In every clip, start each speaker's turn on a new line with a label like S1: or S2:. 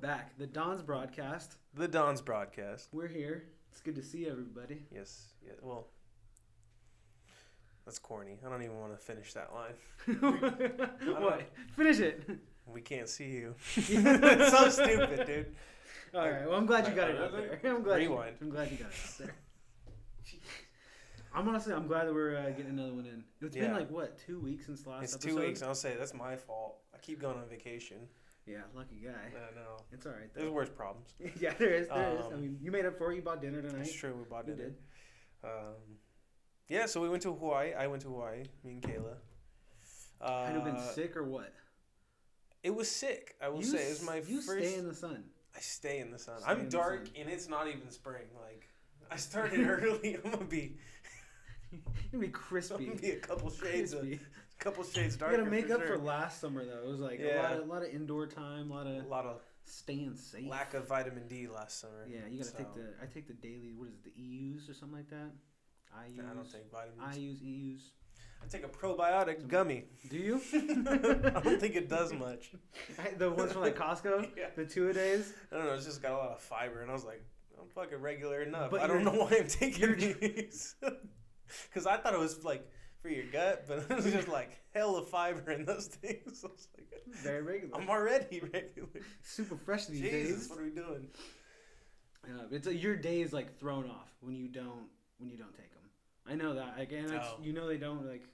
S1: back. The Don's broadcast.
S2: The Don's broadcast.
S1: We're here. It's good to see everybody.
S2: Yes. Yeah, well, that's corny. I don't even want to finish that line.
S1: what? Finish it.
S2: We can't see you. it's so stupid, dude.
S1: All right. Well, I'm glad you got it
S2: Alright,
S1: out there. I'm glad. you-
S2: Rewind.
S1: I'm glad you got it out there. I'm honestly, I'm glad that we're uh, getting another one in. It's been
S2: Yeah.
S1: like what two weeks since the last
S2: It's
S1: episode.
S2: two weeks. I'll say that's my fault. I keep going on vacation.
S1: Yeah, lucky
S2: I
S1: guy.
S2: know.
S1: It's all right
S2: There's
S1: though.
S2: worse problems.
S1: yeah, there is. There is. I
S2: Um,
S1: mean, you made up for it. You bought dinner tonight.
S2: It's true. We bought
S1: You
S2: it.
S1: did.
S2: Um, yeah. So we went to Hawaii. I went to Hawaii. Me and Kayla. Uh,
S1: Had it been sick or what?
S2: It was sick. I will
S1: you
S2: say it was
S1: s-
S2: my
S1: you
S2: first.
S1: stay in the sun.
S2: I stay in the sun.
S1: Stay in
S2: I'm
S1: the
S2: dark
S1: sun.
S2: and it's not even spring. Like I started early. I'm gonna be,
S1: You're gonna be
S2: I'm
S1: crispy.
S2: gonna be a couple shades, a
S1: crispy.
S2: couple shades
S1: You
S2: darker.
S1: gotta make
S2: for
S1: up
S2: sure.
S1: for last summer though. It was like a lot
S2: Yeah.
S1: of lot of indoor time, a lot of
S2: a lot of
S1: staying safe.
S2: lack of vitamin D last summer.
S1: Yeah, you gotta take
S2: So,
S1: the I take the daily what is it, the EUs or something like that. I use
S2: I don't take E
S1: I E
S2: vitamins.
S1: use EUs.
S2: I, take a probiotic gummy.
S1: Do you?
S2: I don't think it does much.
S1: I, the ones from like Costco,
S2: Yeah.
S1: the two a days.
S2: I don't know. It's just got a lot of fiber, and I was like, I'm fucking regular enough.
S1: But
S2: I don't know
S1: you're-
S2: why I'm taking
S1: you're-
S2: these. Because I thought it was like for your gut, but it was just like hella fiber in those things. I was like,
S1: Very regular.
S2: I'm already regular.
S1: Super fresh these
S2: Jesus,
S1: days.
S2: what are we doing?
S1: Uh, it's uh, your day is like thrown off when you don't when you don't take them. I know that. Like, and it's,
S2: Oh.
S1: you know they don't like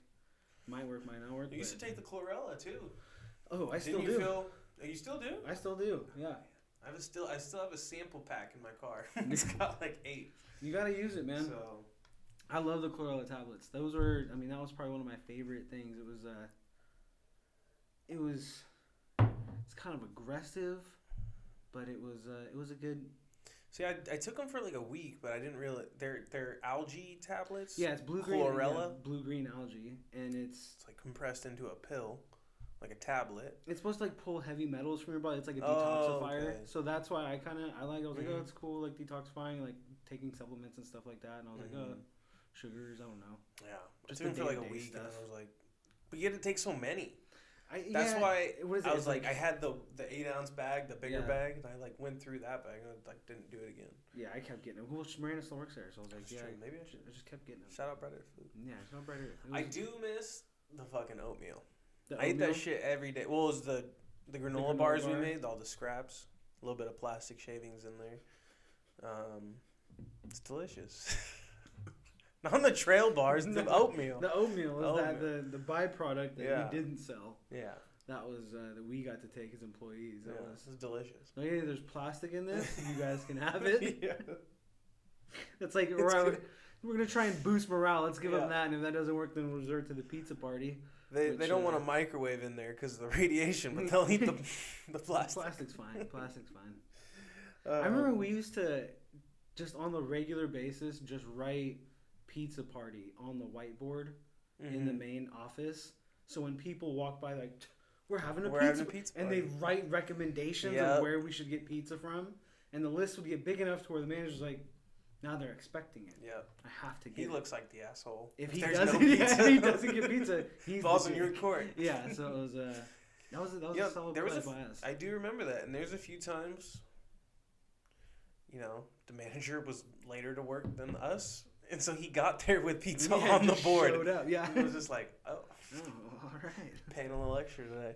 S1: might work, might not work.
S2: You used to
S1: But,
S2: take the chlorella too.
S1: oh, I still
S2: Didn't you
S1: do.
S2: feel? oh, You still do?
S1: I still do. Yeah,
S2: I have a still. I still have a sample pack in my car. it's got like eight.
S1: you gotta use it, man.
S2: So
S1: I love the chlorella tablets. Those were, I mean, that was probably one of my favorite things. It was, uh, it was, it's kind of aggressive, but it was, uh, it was a good.
S2: see, I, I took them for like a week, but I didn't really. They're they're algae tablets.
S1: Yeah, it's blue green.
S2: Chlorella?
S1: blue green algae, and it's
S2: It's like compressed into a pill, like a tablet.
S1: it's supposed to like pull heavy metals from your body. It's like a
S2: Oh,
S1: detoxifier.
S2: okay.
S1: So that's why I kind of I like. I was like, oh,
S2: Mhm.
S1: it's cool, like detoxifying, like taking supplements and stuff like that. And I was like, oh,
S2: Mhm.
S1: sugars. I don't know.
S2: Yeah.
S1: Just
S2: Just I
S1: the
S2: took them for like a
S1: day-to-day
S2: week, and
S1: stuff.
S2: I was like, but you had to take so many.
S1: I,
S2: That's
S1: yeah,
S2: why
S1: what is it?
S2: I was
S1: It's
S2: like, I had the the eight ounce bag, the bigger
S1: Yeah.
S2: bag, and I like went through that bag and I like didn't do it again.
S1: yeah, I kept getting it. Well, Miranda still works there, so I was like,
S2: That's
S1: yeah,
S2: true.
S1: I-
S2: Maybe I
S1: I ju- I just kept getting them.
S2: Shout out Brother Food.
S1: Yeah, it's not brighter. It
S2: I
S1: was
S2: do miss the fucking oatmeal.
S1: Mm. the
S2: I ate
S1: oatmeal.
S2: that shit every day. Well, it was the the granola,
S1: granola
S2: bars we
S1: bar.
S2: made, all the scraps, a little bit of plastic shavings in there. Um, it's delicious. Not the trail bars, the
S1: No.
S2: oatmeal.
S1: The oatmeal is that
S2: Oatmeal.
S1: the, the byproduct that
S2: Yeah.
S1: we didn't sell.
S2: Yeah,
S1: That was uh, that we got to take as employees.
S2: yeah,
S1: That was
S2: this is delicious.
S1: like, hey, there's plastic in this. You guys can have it.
S2: yeah.
S1: It's like
S2: It's
S1: we're, out-
S2: good.
S1: we're gonna try and boost morale. Let's give
S2: Yeah.
S1: them that, and if that doesn't work, then we'll resort to the pizza party.
S2: They,
S1: Which,
S2: they don't want
S1: uh,
S2: a microwave in there because of the radiation, but they'll eat the, the plastic.
S1: Plastic's fine. Plastic's fine.
S2: Uh,
S1: I remember we used to just on the regular basis just write pizza party on the whiteboard in the
S2: mhm.
S1: main office. So when people walk by, like, "Tch, we're having a
S2: We're
S1: pizza,
S2: having a pizza
S1: and they write recommendations
S2: Yep.
S1: of where we should get pizza from, and the list would get big enough to where the manager's like, now they're expecting it.
S2: Yeah,
S1: I have to get.
S2: he
S1: it."
S2: looks like the asshole.
S1: if he
S2: there's
S1: doesn't, yeah, if he doesn't get pizza, he's
S2: balls
S1: the
S2: in your
S1: dick.
S2: court.
S1: Yeah, so it was. Uh, that was that was
S2: Yeah,
S1: a solid
S2: there was
S1: play
S2: a
S1: by us.
S2: I do remember that, and there's a few times, you know, the manager was later to work than us, and so he got there with pizza
S1: Yeah,
S2: on the
S1: just Showed
S2: board.
S1: up, yeah.
S2: He was just like, "Oh,
S1: oh, all right.
S2: paying a lecture today."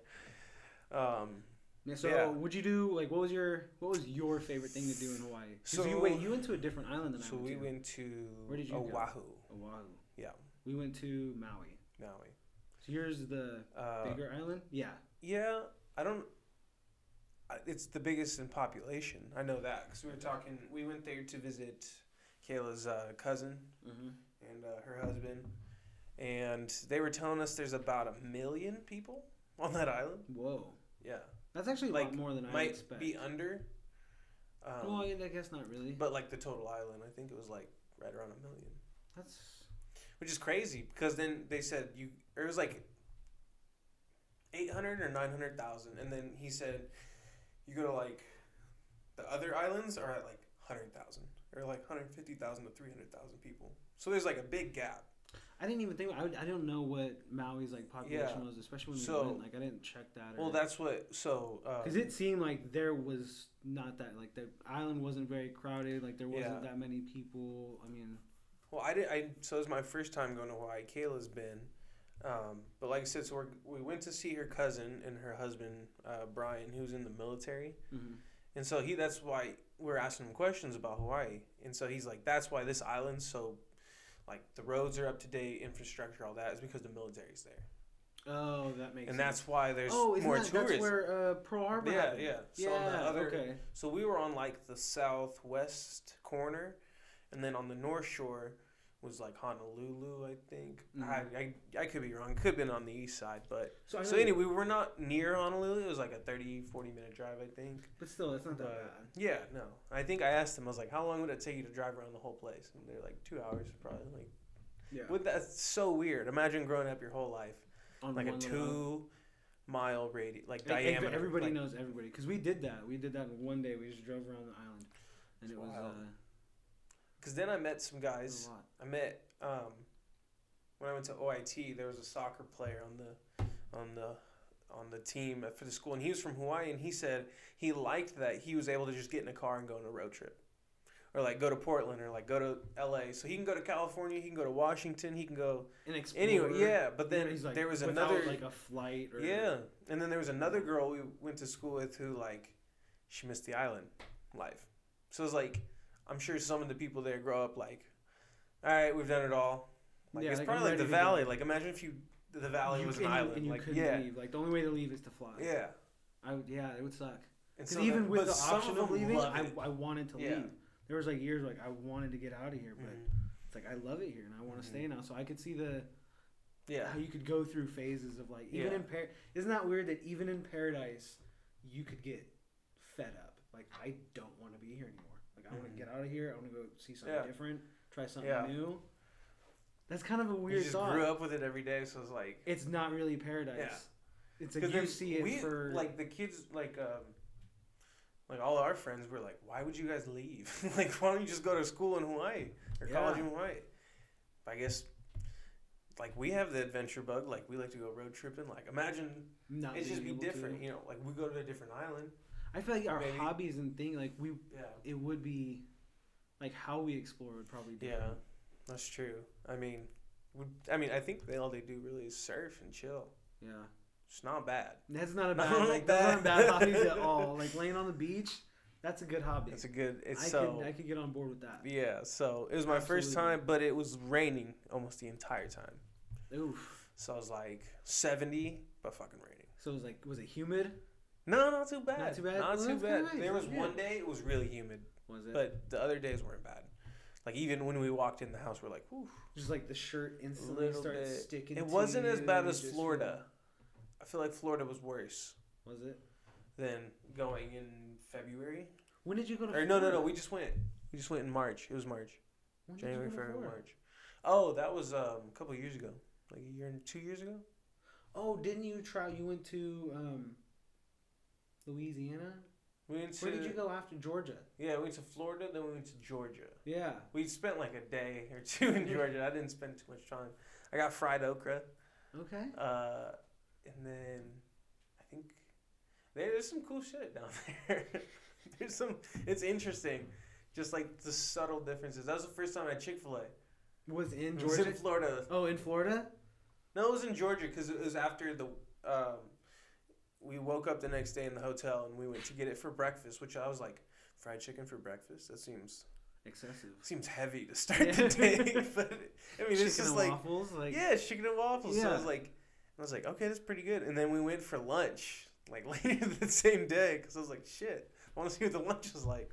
S2: Um,
S1: Yeah, so,
S2: Yeah.
S1: would you do like what was your what was your favorite thing to do in Hawaii? 'Cause you
S2: So-
S1: wait, you went to a different island than I
S2: so
S1: went
S2: we
S1: to.
S2: went to
S1: Where did you go?
S2: Oahu,
S1: Oahu.
S2: Yeah.
S1: We went to Maui.
S2: Maui.
S1: So here's the
S2: Uh,
S1: bigger island. Yeah.
S2: yeah, I don't. I- It's the biggest in population. I know that because we were talking. We went there to visit Kayla's uh, cousin,
S1: Mm-hmm.
S2: and uh, her husband, and they were telling us there's about a million people on that island.
S1: Whoa.
S2: Yeah,
S1: That's actually a
S2: Like,
S1: lot more than I
S2: might
S1: expect.
S2: be under. Um,
S1: well, I I guess not really.
S2: but like the total island, I think it was like right around a million,
S1: That's
S2: which is crazy because then they said you or it was like eight hundred or nine hundred thousand, and then he said you go to like the other islands are at like hundred thousand or like hundred fifty thousand to three hundred thousand people. So there's like a big gap.
S1: I didn't even think I, would- I don't know what Maui's like population
S2: Yeah.
S1: was, especially when
S2: So-
S1: we went. Like I didn't check that.
S2: Well, that's what. So. Uh,
S1: because it seemed like there was not that like the island wasn't very crowded. Like there wasn't
S2: Yeah.
S1: that many people. I mean,
S2: Well, I did. I so it was my first time going to Hawaii. Kayla's been, um, but like I said, so we're, we went to see her cousin and her husband uh, Brian, who's in the military,
S1: mhm.
S2: and so he. That's why we're asking him questions about Hawaii, and so he's like, "That's why this island's so, like the roads are up to date, infrastructure, all that is because the military's there,
S1: oh, that makes
S2: and
S1: sense.
S2: that's why there's
S1: oh, isn't
S2: more
S1: that,
S2: tourism."
S1: that's where uh, Pearl Harbor.
S2: yeah,
S1: happened.
S2: yeah. So on the
S1: Yeah,
S2: other,
S1: okay.
S2: so we were on like the southwest corner, and then on the north shore was like Honolulu, I think. I, I I could be wrong. Could have been on the east side, but
S1: Mm-hmm. I
S2: so
S1: know-
S2: anyway, we were not near Honolulu. It was like a 30, 40 minute drive, I think.
S1: but still, it's not that
S2: But
S1: bad.
S2: yeah, no. I think I asked them. I was like, "How long would it take you to drive around the whole place?" And they're like, two hours, probably." Like,
S1: Yeah,
S2: would that's so weird. Imagine growing up your whole life
S1: on
S2: like a
S1: one
S2: two.
S1: little-
S2: Mile radius, like
S1: Like, every-
S2: diameter.
S1: Everybody
S2: like,
S1: knows everybody because we did that. We did that in one day. We just drove around the island, and
S2: It's
S1: it was, uh,
S2: wild. Because then I met some
S1: it
S2: guys.
S1: was a lot.
S2: I met um, when I went to OIT. There was a soccer player on the on the on the team for the school, and he was from Hawaii. And he said he liked that he was able to just get in a car and go on a road trip, or like go to Portland, or like go to LA. So he can go to California, he can go to Washington, he can go
S1: An explorer.
S2: anywhere. Yeah, but
S1: you
S2: then
S1: know, he's like,
S2: there was
S1: without,
S2: another
S1: like a flight. Or,
S2: yeah, and then there was another girl we went to school with who like she missed the island life. So it's like I'm sure some of the people there grow up like, all right, we've done it all. Like
S1: Yeah,
S2: it's
S1: like, I'm
S2: probably like
S1: ready
S2: the
S1: to go.
S2: valley. Like imagine if you the valley
S1: you,
S2: was
S1: and
S2: an
S1: you-
S2: island.
S1: and you
S2: like
S1: couldn't
S2: yeah,
S1: leave. Like the only way to leave is to fly.
S2: yeah.
S1: I would, yeah, it would suck.
S2: And
S1: Because
S2: so
S1: even
S2: that-
S1: with
S2: but
S1: the
S2: some
S1: option of
S2: them
S1: leaving,
S2: love
S1: I,
S2: it.
S1: I wanted to
S2: Yeah.
S1: leave. There was like years like I wanted to get out of here, but
S2: Mhm.
S1: it's like I love it here and I want
S2: Mhm.
S1: to stay now. So I could see the
S2: yeah,
S1: how you could go through phases of like even
S2: Yeah.
S1: in par- isn't that weird that even in paradise you could get fed up like I don't want to be here anymore like I want
S2: Mhm.
S1: to get out of here I want to go see something
S2: Yeah.
S1: different try something
S2: Yeah.
S1: new that's kind of a
S2: we
S1: weird
S2: just
S1: thought
S2: grew up with it every day. So it's like
S1: it's not really paradise it's like
S2: Because
S1: you see it
S2: we,
S1: for
S2: like the kids like um like all our friends were like, why would you guys leave? like, why don't you just go to school in Hawaii or
S1: Yeah.
S2: college in Hawaii? But I guess like we have the adventure bug. Like we like to go road tripping. Like imagine
S1: not
S2: it's just be
S1: being able
S2: different.
S1: to.
S2: You know, like we go to a different island.
S1: I feel like our
S2: Maybe.
S1: hobbies and thing like we
S2: Yeah.
S1: it would be like how we explore would probably be
S2: Yeah, that's true. I mean, we, I mean, I think they all they do really is surf and chill.
S1: yeah
S2: It's not bad.
S1: That's not a
S2: Not
S1: bad like that's not a
S2: bad.
S1: bad hobby at all. Like laying on the beach, that's a good hobby.
S2: It's a good. It's
S1: I
S2: so.
S1: could I could get on board with that.
S2: Yeah, so it was my first
S1: Absolutely.
S2: time, but it was raining almost the entire time.
S1: Oof.
S2: So I was like 70, but fucking raining.
S1: So it was like was it humid?
S2: No, not too bad. Not too
S1: too
S2: bad.
S1: bad? Well, that's kinda nice.
S2: There was
S1: That's
S2: one
S1: good.
S2: day it was really humid,
S1: Was it
S2: but the other days weren't bad. Like even when we walked in the house, we're like, Oof.
S1: just like the shirt instantly
S2: little
S1: started
S2: bit.
S1: sticking?
S2: it
S1: to
S2: wasn't as
S1: you
S2: bad
S1: and you
S2: as
S1: just-
S2: Florida. I feel like Florida was worse
S1: Was it?
S2: than going in February.
S1: When did you go to?
S2: Or no, no, no.
S1: Florida?
S2: We just went. We just went in March. It was March.
S1: When did you
S2: January,
S1: go to
S2: February,
S1: Florida?
S2: March. Oh, that was um, a couple years ago. Like a year and two years ago.
S1: Oh, didn't you try? You went to um, Louisiana.
S2: We went to
S1: Where did you go after Georgia?
S2: yeah, we went to Florida, then we went to Georgia.
S1: Yeah.
S2: We spent like a day or two in Georgia. I didn't spend too much time. I got fried okra,
S1: Okay.
S2: uh, and then I think there- there's some cool shit down there. there's some. It's interesting, just like the subtle differences. That was the first time I had Chick Fil A.
S1: Was in
S2: It was in
S1: Georgia.
S2: Florida.
S1: Oh, in Florida.
S2: No, it was in Georgia because it was after the. Um, we woke up the next day in the hotel and we went to get it for breakfast, which I was like, fried chicken for breakfast. That seems
S1: Excessive.
S2: seems heavy to start the day. But I mean, it's
S1: Chicken
S2: just
S1: and
S2: like
S1: waffles. Like
S2: yeah, it's chicken and waffles. So I was
S1: Yeah.
S2: like, I was like, okay, that's pretty good. And then we went for lunch like later the same day because I was like, shit, I want to see what the lunch was like.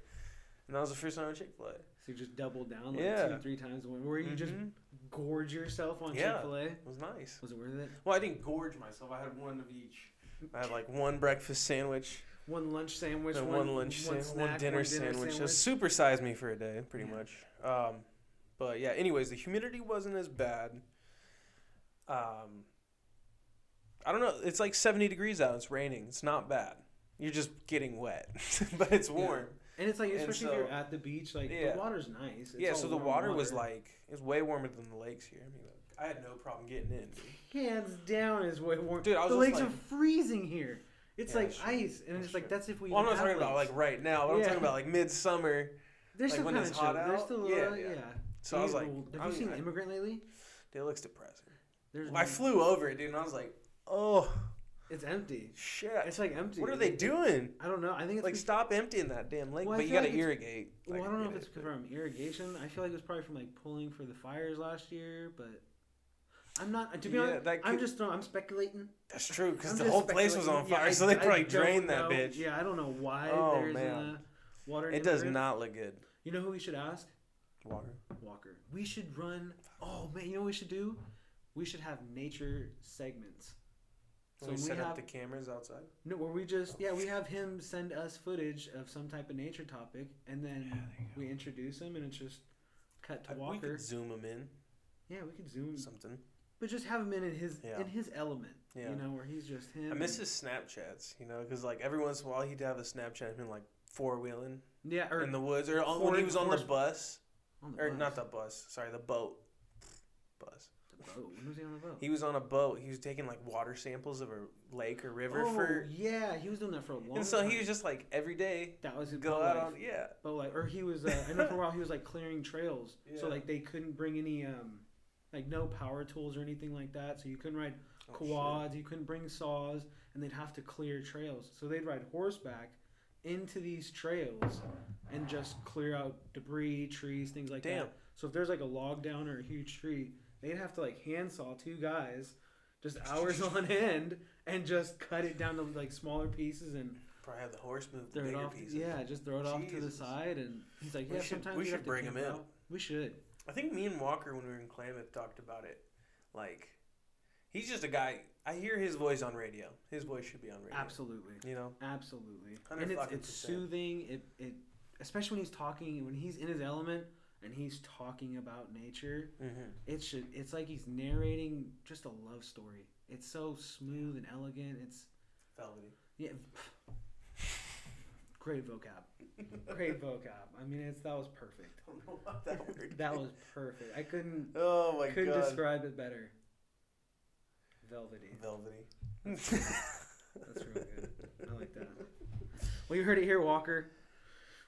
S2: And that was the first time I Chick Fil A.
S1: So you just double down like
S2: Yeah.
S1: two or three times one where you just
S2: Mhm.
S1: gorge yourself on
S2: Yeah.
S1: Chick fil A.
S2: it was nice.
S1: Was it worth it?
S2: Well, I didn't gorge myself. I had one of each. I had like one breakfast sandwich,
S1: One lunch sandwich,
S2: then
S1: one,
S2: one, lunch
S1: one,
S2: sandwich,
S1: snack,
S2: one dinner, sandwich. Just supersized me for a day, pretty
S1: Yeah.
S2: much. Um, but yeah, anyways, the humidity wasn't as bad. Um, I don't know. It's like 70 degrees out. It's raining. It's not bad. You're just getting wet, but it's
S1: Yeah.
S2: warm.
S1: And it's like,
S2: and
S1: especially if
S2: so-
S1: you're at the beach, like
S2: Yeah.
S1: the water's nice. It's
S2: Yeah.
S1: all
S2: so the
S1: warm
S2: water, was like it's way warmer than the lakes here. I mean, I had no problem getting in. Dude.
S1: Hands down is way warm.
S2: Dude, I was
S1: the
S2: just
S1: lakes
S2: like-
S1: are freezing here. It's
S2: Yeah,
S1: like
S2: that's true.
S1: ice, and
S2: That's
S1: it's like
S2: true.
S1: that's if we.
S2: Well, I'm not
S1: even
S2: talking
S1: have
S2: about
S1: lakes.
S2: like right now. But I'm
S1: Yeah.
S2: talking about like midsummer.
S1: They're
S2: like,
S1: still
S2: when
S1: kind of
S2: it's
S1: chill.
S2: hot
S1: They're
S2: out?
S1: still a
S2: Yeah,
S1: little,
S2: yeah.
S1: yeah.
S2: So I was
S1: These
S2: like,
S1: old-
S2: I
S1: have you
S2: mean,
S1: seen
S2: I-
S1: Immigrant lately?
S2: Dude, it looks depressing.
S1: There's
S2: I
S1: no-
S2: flew over it, dude, and I was like, oh
S1: It's empty.
S2: shit.
S1: It's like empty.
S2: What are they doing?
S1: I don't know. I think it's
S2: Like,
S1: because-
S2: stop emptying that damn lake.
S1: Well, I
S2: but you
S1: feel
S2: gotta
S1: like it's-
S2: irrigate.
S1: well, I
S2: can
S1: don't know
S2: get
S1: if it's
S2: it,
S1: from irrigation. I feel like it was probably from like pulling for the fires last year, but I'm not. To be
S2: Yeah,
S1: honest,
S2: that
S1: I'm
S2: could-
S1: just throwing, I'm speculating.
S2: but- That's true, because
S1: I'm
S2: the
S1: just
S2: whole place was on
S1: speculating. Yeah,
S2: fire,
S1: I-
S2: so they
S1: I
S2: probably
S1: don't
S2: drained that
S1: know.
S2: bitch.
S1: Yeah, I don't know why
S2: Oh,
S1: there's
S2: man.
S1: a water.
S2: It does
S1: immigrant.
S2: not look good.
S1: You know who we should ask?
S2: Water.
S1: Walker. We should run. Oh man, you know what we should do? We should have nature segments. So
S2: So we
S1: we
S2: set
S1: have-
S2: up the cameras outside.
S1: No, where we just yeah we have him send us footage of some type of nature topic, and then we introduce him, and it's just cut to
S2: I- We
S1: Walker. Hmm.
S2: could zoom them in
S1: yeah, we could zoom,
S2: something.
S1: but just have him in, in his
S2: Yeah.
S1: in his element.
S2: Yeah.
S1: You know where he's just him.
S2: I miss
S1: and-
S2: his Snapchats, you know, because like every once in a while he'd have a Snapchat of him like four wheeling
S1: Yeah, or
S2: in the woods or on, when he
S1: horse-
S2: was on the
S1: horse-
S2: bus
S1: on the
S2: or
S1: bus.
S2: not the bus, sorry, the boat. Bus.
S1: The boat. When was he on the boat?
S2: He was on a boat. He was taking like water samples of a lake or river
S1: oh,
S2: for,
S1: yeah, he was doing that for a long.
S2: and so
S1: time.
S2: he was just like every day
S1: that was his
S2: go
S1: boat
S2: out
S1: life.
S2: on yeah.
S1: But like, or he was. Uh, I know for a while he was like clearing trails, so
S2: Yeah.
S1: like they couldn't bring any um, like no power tools or anything like that. So you couldn't ride
S2: Oh, shit.
S1: quads, you couldn't bring saws, and they'd have to clear trails. So they'd ride horseback into these trails and just clear out debris, trees, things like
S2: Damn.
S1: that. So if there's like a log down or a huge tree, they'd have to like handsaw two guys, just hours on end, and just cut it down to like smaller pieces and
S2: Probably have the horse move the
S1: throw it
S2: bigger
S1: off.
S2: pieces.
S1: Yeah, just throw it off to the
S2: Jesus.
S1: side, and he's like,
S2: We
S1: "Yeah,
S2: should-
S1: sometimes
S2: we
S1: you
S2: should
S1: have to
S2: bring
S1: camp
S2: him in.
S1: out." We should.
S2: I think me and Walker when we were in Klamath talked about it. Like he's just a guy I hear his voice on radio. His voice should be on radio.
S1: Absolutely,
S2: You know?
S1: absolutely.
S2: Hundred
S1: And it's
S2: fucking
S1: it's
S2: percent.
S1: soothing. It it especially when he's talking when he's in his element and he's talking about nature.
S2: Mm-hmm.
S1: It should. It's like he's narrating just a love story. It's so smooth and elegant. It's
S2: Velvety.
S1: yeah. Great vocab. Great vocab. I mean, it's that was perfect.
S2: don't know about that word.
S1: That was perfect. I couldn't
S2: Oh my
S1: couldn't
S2: god.
S1: describe it better. Velvety.
S2: Velvety.
S1: That's real good. I like that. Well, you heard it here, Walker.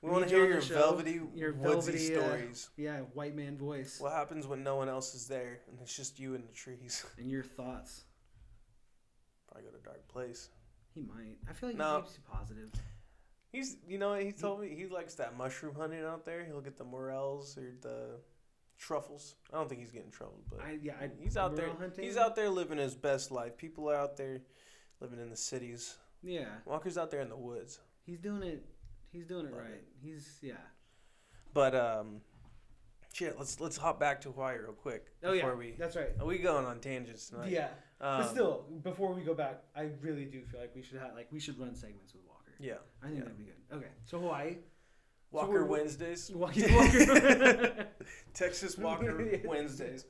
S2: We
S1: We
S2: want
S1: need
S2: to
S1: you
S2: hear
S1: on the
S2: your
S1: show.
S2: velvety,
S1: Your
S2: woodsy
S1: velvety, uh,
S2: stories.
S1: Yeah, white man voice.
S2: What happens when no one else is there and it's just you and the trees?
S1: And your thoughts.
S2: Probably go to a dark place.
S1: He might. I feel like
S2: No.
S1: he keeps you positive.
S2: He's, you know, what he told me he likes that mushroom hunting out there. He'll get the morels or the truffles. I don't think he's getting troubled, but
S1: I yeah. I,
S2: he's out there.
S1: morel hunting?
S2: He's out there living his best life. People are out there living in the cities.
S1: Yeah,
S2: Walker's out there in the woods.
S1: he's doing it. He's doing it
S2: Love
S1: right. He's yeah.
S2: But um, shit, let's let's hop back to Hawaii real quick
S1: Oh yeah.
S2: before we
S1: That's right.
S2: Are we going on tangents tonight?
S1: Yeah,
S2: Um,
S1: but still, before we go back, I really do feel like we should have like we should run segments with Walker.
S2: Yeah.
S1: I think
S2: Yeah.
S1: that'd be good. Okay, so Hawaii,
S2: Walker
S1: we're-
S2: Wednesdays.
S1: Walker, Walker.
S2: Texas Walker
S1: Yeah.
S2: Wednesdays.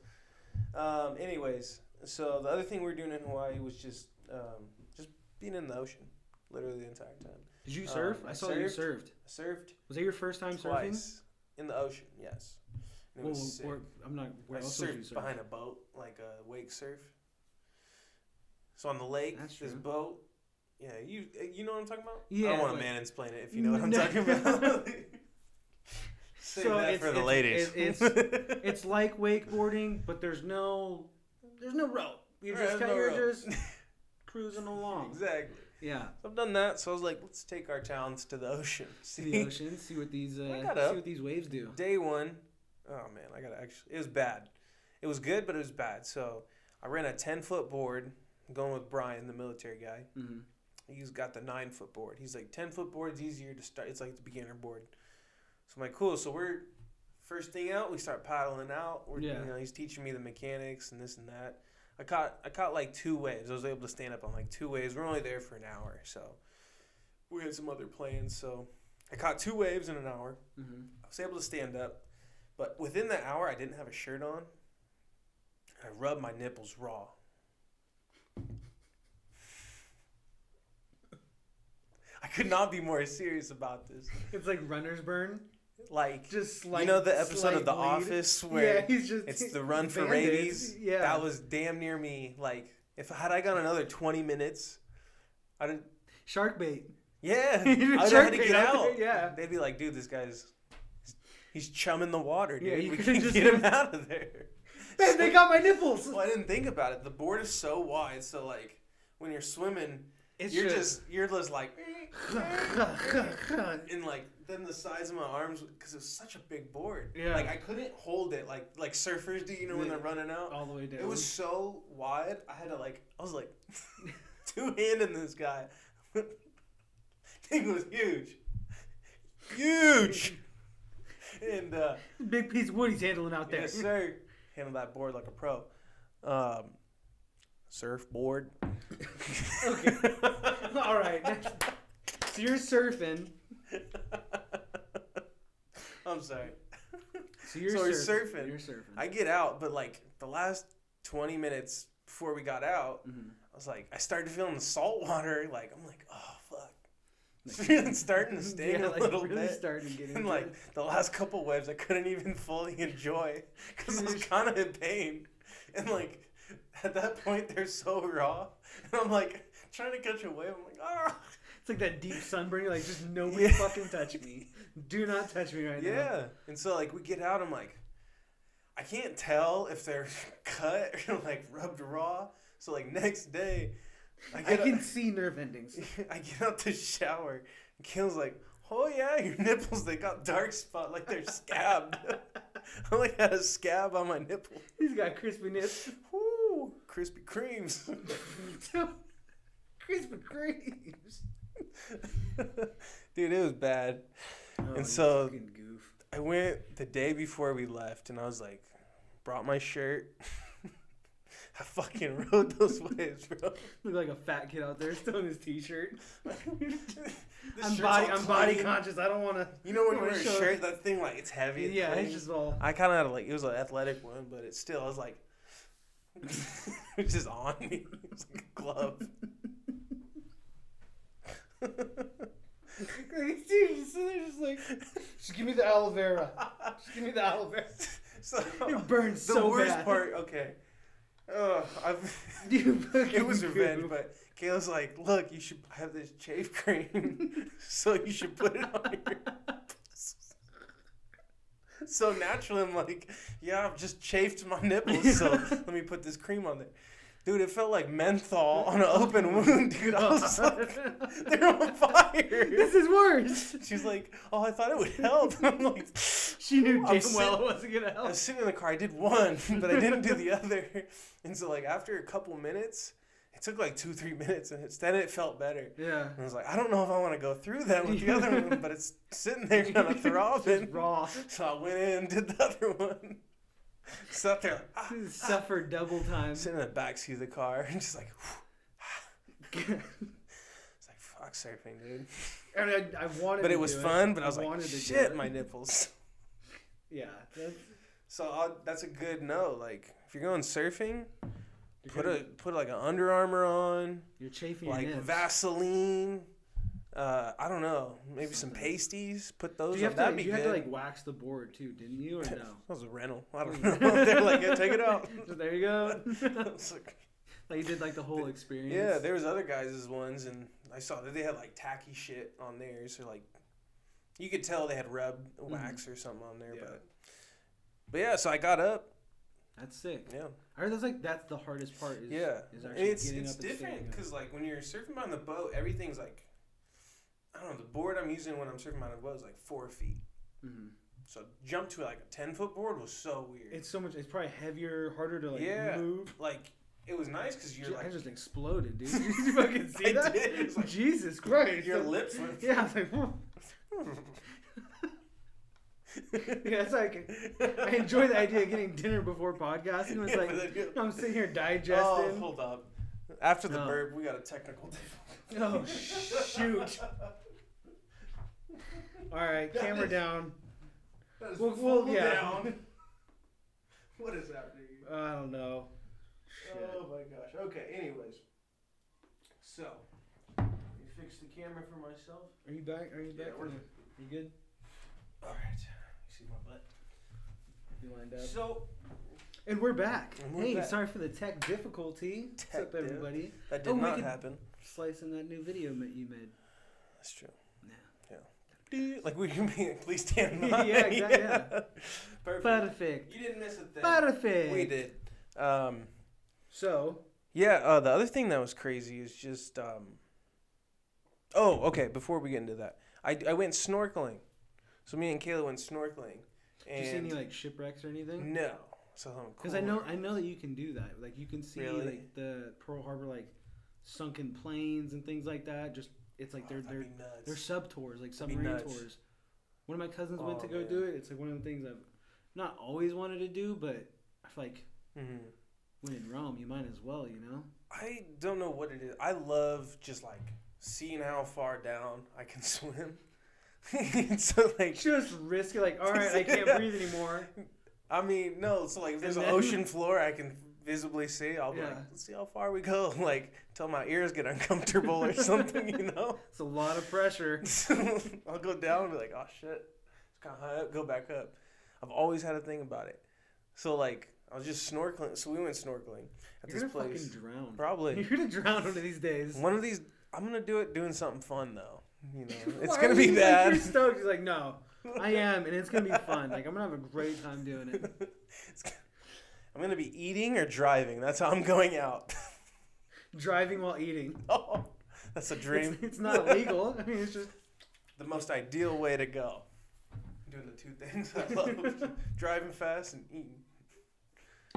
S2: Um, anyways, so the other thing we were doing in Hawaii was just um, just being in the ocean, literally the entire time.
S1: Did you
S2: Um,
S1: surf?
S2: I
S1: I saw you surfed.
S2: surfed. I surfed
S1: Was that your first time surfing?
S2: twice in the ocean. Yes. And it
S1: Well,
S2: was sick.
S1: where, I'm not. Where
S2: I
S1: else would you
S2: surfed
S1: surf?
S2: behind a boat, like a wake surf. So on the lake,
S1: That's
S2: this
S1: true.
S2: boat. Yeah, you uh, you know what I'm talking about. I
S1: Yeah,
S2: don't want
S1: but-
S2: to man explain it if you know what I'm
S1: No.
S2: talking about. Save
S1: So
S2: that
S1: it's-
S2: for the
S1: it's-
S2: ladies.
S1: it- It's like wakeboarding, but there's no, there's no rope. You're
S2: There's
S1: just kind
S2: no
S1: you're
S2: rope.
S1: just cruising along.
S2: exactly.
S1: Yeah,
S2: So I've done that, so I was like, let's take our towns to the ocean.
S1: see
S2: See,
S1: the ocean, see what these, uh,
S2: got
S1: see
S2: up.
S1: what these waves do.
S2: day one, oh man, I gotta actually. It was bad. It was good, but it was bad. So I ran a ten foot board, going with Brian, the military guy.
S1: hmm
S2: he's got the nine foot board. He's like ten foot board's easier to start. It's like the beginner board. So I'm like, cool. So we're first thing out. We start paddling out. We're
S1: Yeah.
S2: you know he's teaching me the mechanics and this and that. I caught I caught like two waves. I was able to stand up on like two waves. We're only there for an hour, so we had some other plans. So I caught two waves in an hour.
S1: hmm
S2: I was able to stand up, but within the hour I didn't have a shirt on. I rubbed my nipples raw. I could not be more serious about this.
S1: It's like runner's burn.
S2: Like
S1: Just like
S2: you know the episode of The
S1: slight bleed.
S2: Office where
S1: yeah, he's just
S2: it's the run for
S1: bandaged.
S2: rabies.
S1: Yeah,
S2: That was damn near me. Like if had I gone another twenty minutes, I didn't.
S1: shark bait.
S2: Yeah, I
S1: You'd
S2: would have
S1: jerk
S2: had to
S1: bait
S2: get
S1: out there,
S2: out.
S1: yeah.
S2: they'd be like, dude, this guy's he's chumming the water, dude.
S1: Yeah, you
S2: we
S1: could've
S2: can
S1: just
S2: get him
S1: been-
S2: out of there.
S1: Man, they got my nipples.
S2: Well, I didn't think about it. The board is so wide, so like when you're swimming,
S1: It's
S2: you're just you're just like. and like then the sides of my arms because it was such a big board.
S1: Yeah.
S2: Like I couldn't hold it like like surfers do. You know when
S1: Yeah.
S2: they're running out.
S1: all the way down.
S2: It was so wide. I had to like I was like two handing this guy. Thing was huge, huge. and uh,
S1: big piece of wood he's handling out there.
S2: yes, sir, handled that board like a pro. Um, surfboard.
S1: Okay. All right. So you're surfing.
S2: I'm sorry.
S1: So you're
S2: So we're
S1: surfing.
S2: surfing.
S1: You're surfing.
S2: I get out, but like the last 20 minutes before we got out,
S1: Mhm.
S2: I was like, I started feeling the salt water. Like, I'm like, oh, fuck. It's really starting to sting
S1: yeah,
S2: a
S1: like
S2: little
S1: really
S2: bit.
S1: starting to get
S2: and
S1: into
S2: like
S1: it.
S2: the last couple waves, I couldn't even fully enjoy because I was kind of in pain. And like at that point, they're so raw. And I'm like trying to catch a wave. I'm like, ah.
S1: It's like that deep sunburn. You're like, just nobody
S2: Yeah.
S1: fucking touch me. Do not touch me right now.
S2: Yeah. And so like we get out, I'm like, I can't tell if they're cut or like rubbed raw. So like next day, I
S1: I
S2: get
S1: can see nerve endings.
S2: I get out the shower. And Kim's like, oh yeah, your nipples they got dark spot like they're scabbed. I like had a scab on my nipple.
S1: He's got crispy nips.
S2: Woo, Krispy Kremes.
S1: Crispy creams.
S2: Dude, it was bad.
S1: Oh, you
S2: so-
S1: fucking goof.
S2: I went the day before we left, and I was like, brought my shirt. I fucking rode those waves, bro.
S1: Look like a fat kid out there still in his t-shirt.
S2: This
S1: I'm
S2: shirt's
S1: body,
S2: all
S1: I'm body
S2: clean.
S1: conscious. I don't want to.
S2: You know when you
S1: I'm
S2: wear a
S1: sure.
S2: shirt, that thing like it's heavy. and
S1: Yeah,
S2: clean?
S1: it's just all.
S2: I kind of had a, like it was an athletic one, but it still I was like, it's just on me. It's like a glove.
S1: Dude, just, they're just like, just give me the aloe vera. Just give me the aloe vera.
S2: so
S1: It burns
S2: the
S1: so
S2: worst
S1: bad.
S2: part. Okay, Ugh, I've.
S1: You
S2: it
S1: fucking
S2: was revenge,
S1: goof.
S2: but Kayla's like, look, you should have this shave cream, so you should put it on your. so naturally, I'm like, yeah, I've just chafed my nipples, so let me put this cream on there. Dude, it felt like menthol on an open wound, dude. I was like, they're on fire.
S1: this is worse.
S2: She's like, oh, I thought it would help. And I'm like,
S1: She knew
S2: I'm
S1: damn
S2: sit-
S1: well it wasn't gonna
S2: I
S1: help.
S2: was sitting in the car. I did one, but I didn't do the other. And so, like, after a couple minutes, it took like two, three minutes, and it's, then it felt better.
S1: Yeah.
S2: And I was like, I don't know if I want to go through that with the other one, but it's sitting there kind of
S1: Just
S2: throbbing.
S1: raw.
S2: So I went in, did the other one. Sat there, like, ah,
S1: Suffered double time.
S2: sitting in the backseat of the car, and just like, it's like, fuck surfing, dude.
S1: and I, I wanted.
S2: But
S1: to
S2: it was
S1: do
S2: fun, but I was like,
S1: wanted to do
S2: shit,
S1: it.
S2: my nipples.
S1: Yeah. That's,
S2: So I'll, that's a good no. Like, if you're going surfing, put a put like an Under Armour on.
S1: You're chafing your
S2: like
S1: nips.
S2: Vaseline. Uh, I don't know, maybe some
S1: Something.
S2: pasties. Put
S1: Do
S2: those.
S1: you have
S2: up.
S1: to,
S2: That'd
S1: like,
S2: be
S1: you
S2: good.
S1: had to like wax the board too, didn't you, or
S2: that
S1: no?
S2: was a rental. I don't know. They're like, yeah, take it out.
S1: So there you go.
S2: I was like,
S1: like you did like the whole experience.
S2: yeah, there was other guys' ones, and I saw that they had like tacky shit on theirs, or like you could tell they had rub wax or something on there.
S1: Mm-hmm. Yeah.
S2: But but yeah, so I got up.
S1: That's sick.
S2: Yeah,
S1: I heard that's like that's the hardest part. Is,
S2: yeah.
S1: Is actually
S2: It's
S1: getting
S2: it's
S1: up and uh, standing
S2: different
S1: up.
S2: because like when you're surfing on the boat, everything's like I don't know. The board I'm using when I'm surfing on a boat is like four feet.
S1: Mhm.
S2: So jump to like a ten foot board was so weird.
S1: It's so much. It's probably heavier, harder to like
S2: Yeah.
S1: move.
S2: like it was nice because you're
S1: Ju- I
S2: like
S1: just exploded, dude. Did you fucking see
S2: I
S1: that?
S2: did. It was like-
S1: Jesus Christ!
S2: your lips went.
S1: Yeah, I was like, "Whoa." yeah, it's like I enjoy the idea of getting dinner before podcasting. It's
S2: Yeah,
S1: like
S2: but then you-
S1: I'm sitting here
S2: Oh,
S1: digesting. Oh,
S2: hold up. After the
S1: No.
S2: burp, we got a technical difficulty.
S1: Oh, shoot! All right,
S2: That
S1: camera
S2: is-
S1: down.
S2: That is
S1: Well, well,
S2: full
S1: yeah.
S2: down. What is happening?
S1: I don't know.
S2: Oh my gosh. Okay. Anyways, so let me fix the camera for myself.
S1: Are you back? Are you
S2: Yeah,
S1: back?
S2: we're-
S1: you good?
S2: All right. You see my butt?
S1: You lined up.
S2: So
S1: And we're back.
S2: And we're
S1: hey,
S2: back.
S1: sorry for the tech difficulty.
S2: Tech
S1: What's up,
S2: diff.
S1: everybody?
S2: that did
S1: Oh, we
S2: not
S1: could-
S2: happen.
S1: Slicing that new video ma- you made.
S2: That's true.
S1: Yeah.
S2: Dude, like we can be please stand
S1: Yeah,
S2: by.
S1: exactly, yeah.
S2: Perfect.
S1: Perfect.
S2: you didn't miss a thing.
S1: Perfect.
S2: We did. Um,
S1: So,
S2: yeah. Uh, the other thing that was crazy is just. Um, oh, okay. Before we get into that, I, I went snorkeling. So me and Kayla went snorkeling.
S1: did
S2: And
S1: you see any like shipwrecks or anything?
S2: no. So I'm
S1: Because I
S2: cool.
S1: know I know that you can do that. Like you can see
S2: Really?
S1: like the Pearl Harbor like sunken planes and things like that. Just it's like
S2: Oh,
S1: they're
S2: that'd
S1: they're
S2: be nuts.
S1: They're sub tours, like
S2: be
S1: submarine
S2: nuts.
S1: tours. One of my cousins went
S2: Oh,
S1: to go
S2: man.
S1: do it. It's like one of the things I've not always wanted to do, but I feel like
S2: Mhm.
S1: when in Rome, you might as well, you know?
S2: I don't know what it is. I love just like seeing how far down I can swim. so like
S1: Just risk it, like, all right, I can't breathe anymore.
S2: I mean, no. So like, if there's
S1: And
S2: an
S1: then-
S2: ocean floor I can visibly see. I'll be like,
S1: Yeah.
S2: let's see how far we go. Like, till my ears get uncomfortable or something, you know.
S1: It's a lot of pressure.
S2: So I'll go down and be like, oh shit, it's kind of high up. Go back up. I've always had a thing about it. So like, I was just snorkeling. So we went snorkeling at
S1: You're
S2: this
S1: gonna
S2: place.
S1: fucking drown.
S2: Probably
S1: You're gonna drown one of these days.
S2: one of these. I'm gonna do it doing something fun though. You know, it's
S1: Why
S2: gonna
S1: are
S2: be
S1: you, like,
S2: bad.
S1: you're stoked. He's like, no, I am, and it's gonna be fun. Like, I'm gonna have a great time doing it.
S2: It's gonna- I'm gonna be eating or driving. That's how I'm going out.
S1: Driving while eating.
S2: Oh, that's a dream.
S1: It's, it's not legal. I mean, it's just
S2: the most ideal way to go. Doing the two things I love: driving fast and eating.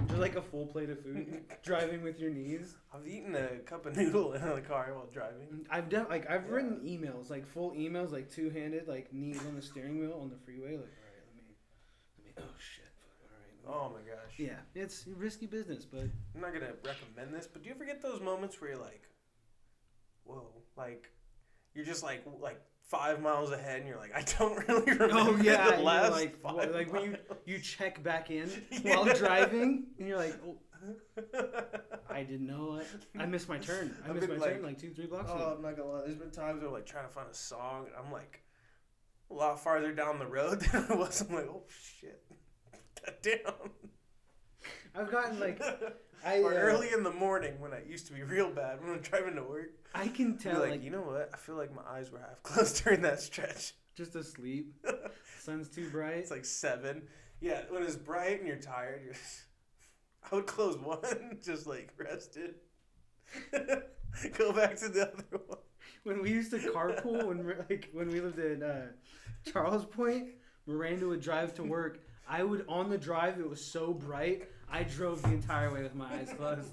S1: just like a full plate of food. Driving with your knees.
S2: I've eaten a cup of noodle in the car while driving.
S1: I've done like I've
S2: Yeah.
S1: written emails like full emails like two handed like knees on the steering wheel on the freeway like all right let me let me oh shit fuck, all right
S2: Oh my
S1: let
S2: gosh!
S1: me-" yeah it's risky business but
S2: I'm not gonna recommend this, but do you ever get those moments where you're like, "Whoa!" Like you're just like like five miles ahead, and you're like, "I don't really remember
S1: Oh, yeah,
S2: the
S1: you're
S2: last
S1: like,
S2: five
S1: wha- like, when you-
S2: miles."
S1: you check back in
S2: Yeah.
S1: while driving and you're like oh I didn't know I, I missed my turn I
S2: I've
S1: missed my
S2: been
S1: turn
S2: like,
S1: like two three blocks
S2: Oh,
S1: ago
S2: I'm not gonna lie. There's been times where like trying to find a song, and I'm like a lot farther down the road than I was. I'm like, oh shit, that down.
S1: I've gotten like I uh,
S2: "Oh." or early in the morning when I used to be real bad when I'm driving to work.
S1: I can
S2: Be
S1: tell
S2: like,
S1: like,
S2: you know what? I feel like my eyes were half closed during that stretch.
S1: just asleep sun's too bright
S2: It's like seven. Yeah, when it's bright and you're tired, you're. I would close one, just like rested. Go back to the other one.
S1: when we used to carpool when we're, like when we lived in uh, Charles Point, Miranda would drive to work. I would on the drive. It was so bright. I drove the entire way with my eyes closed.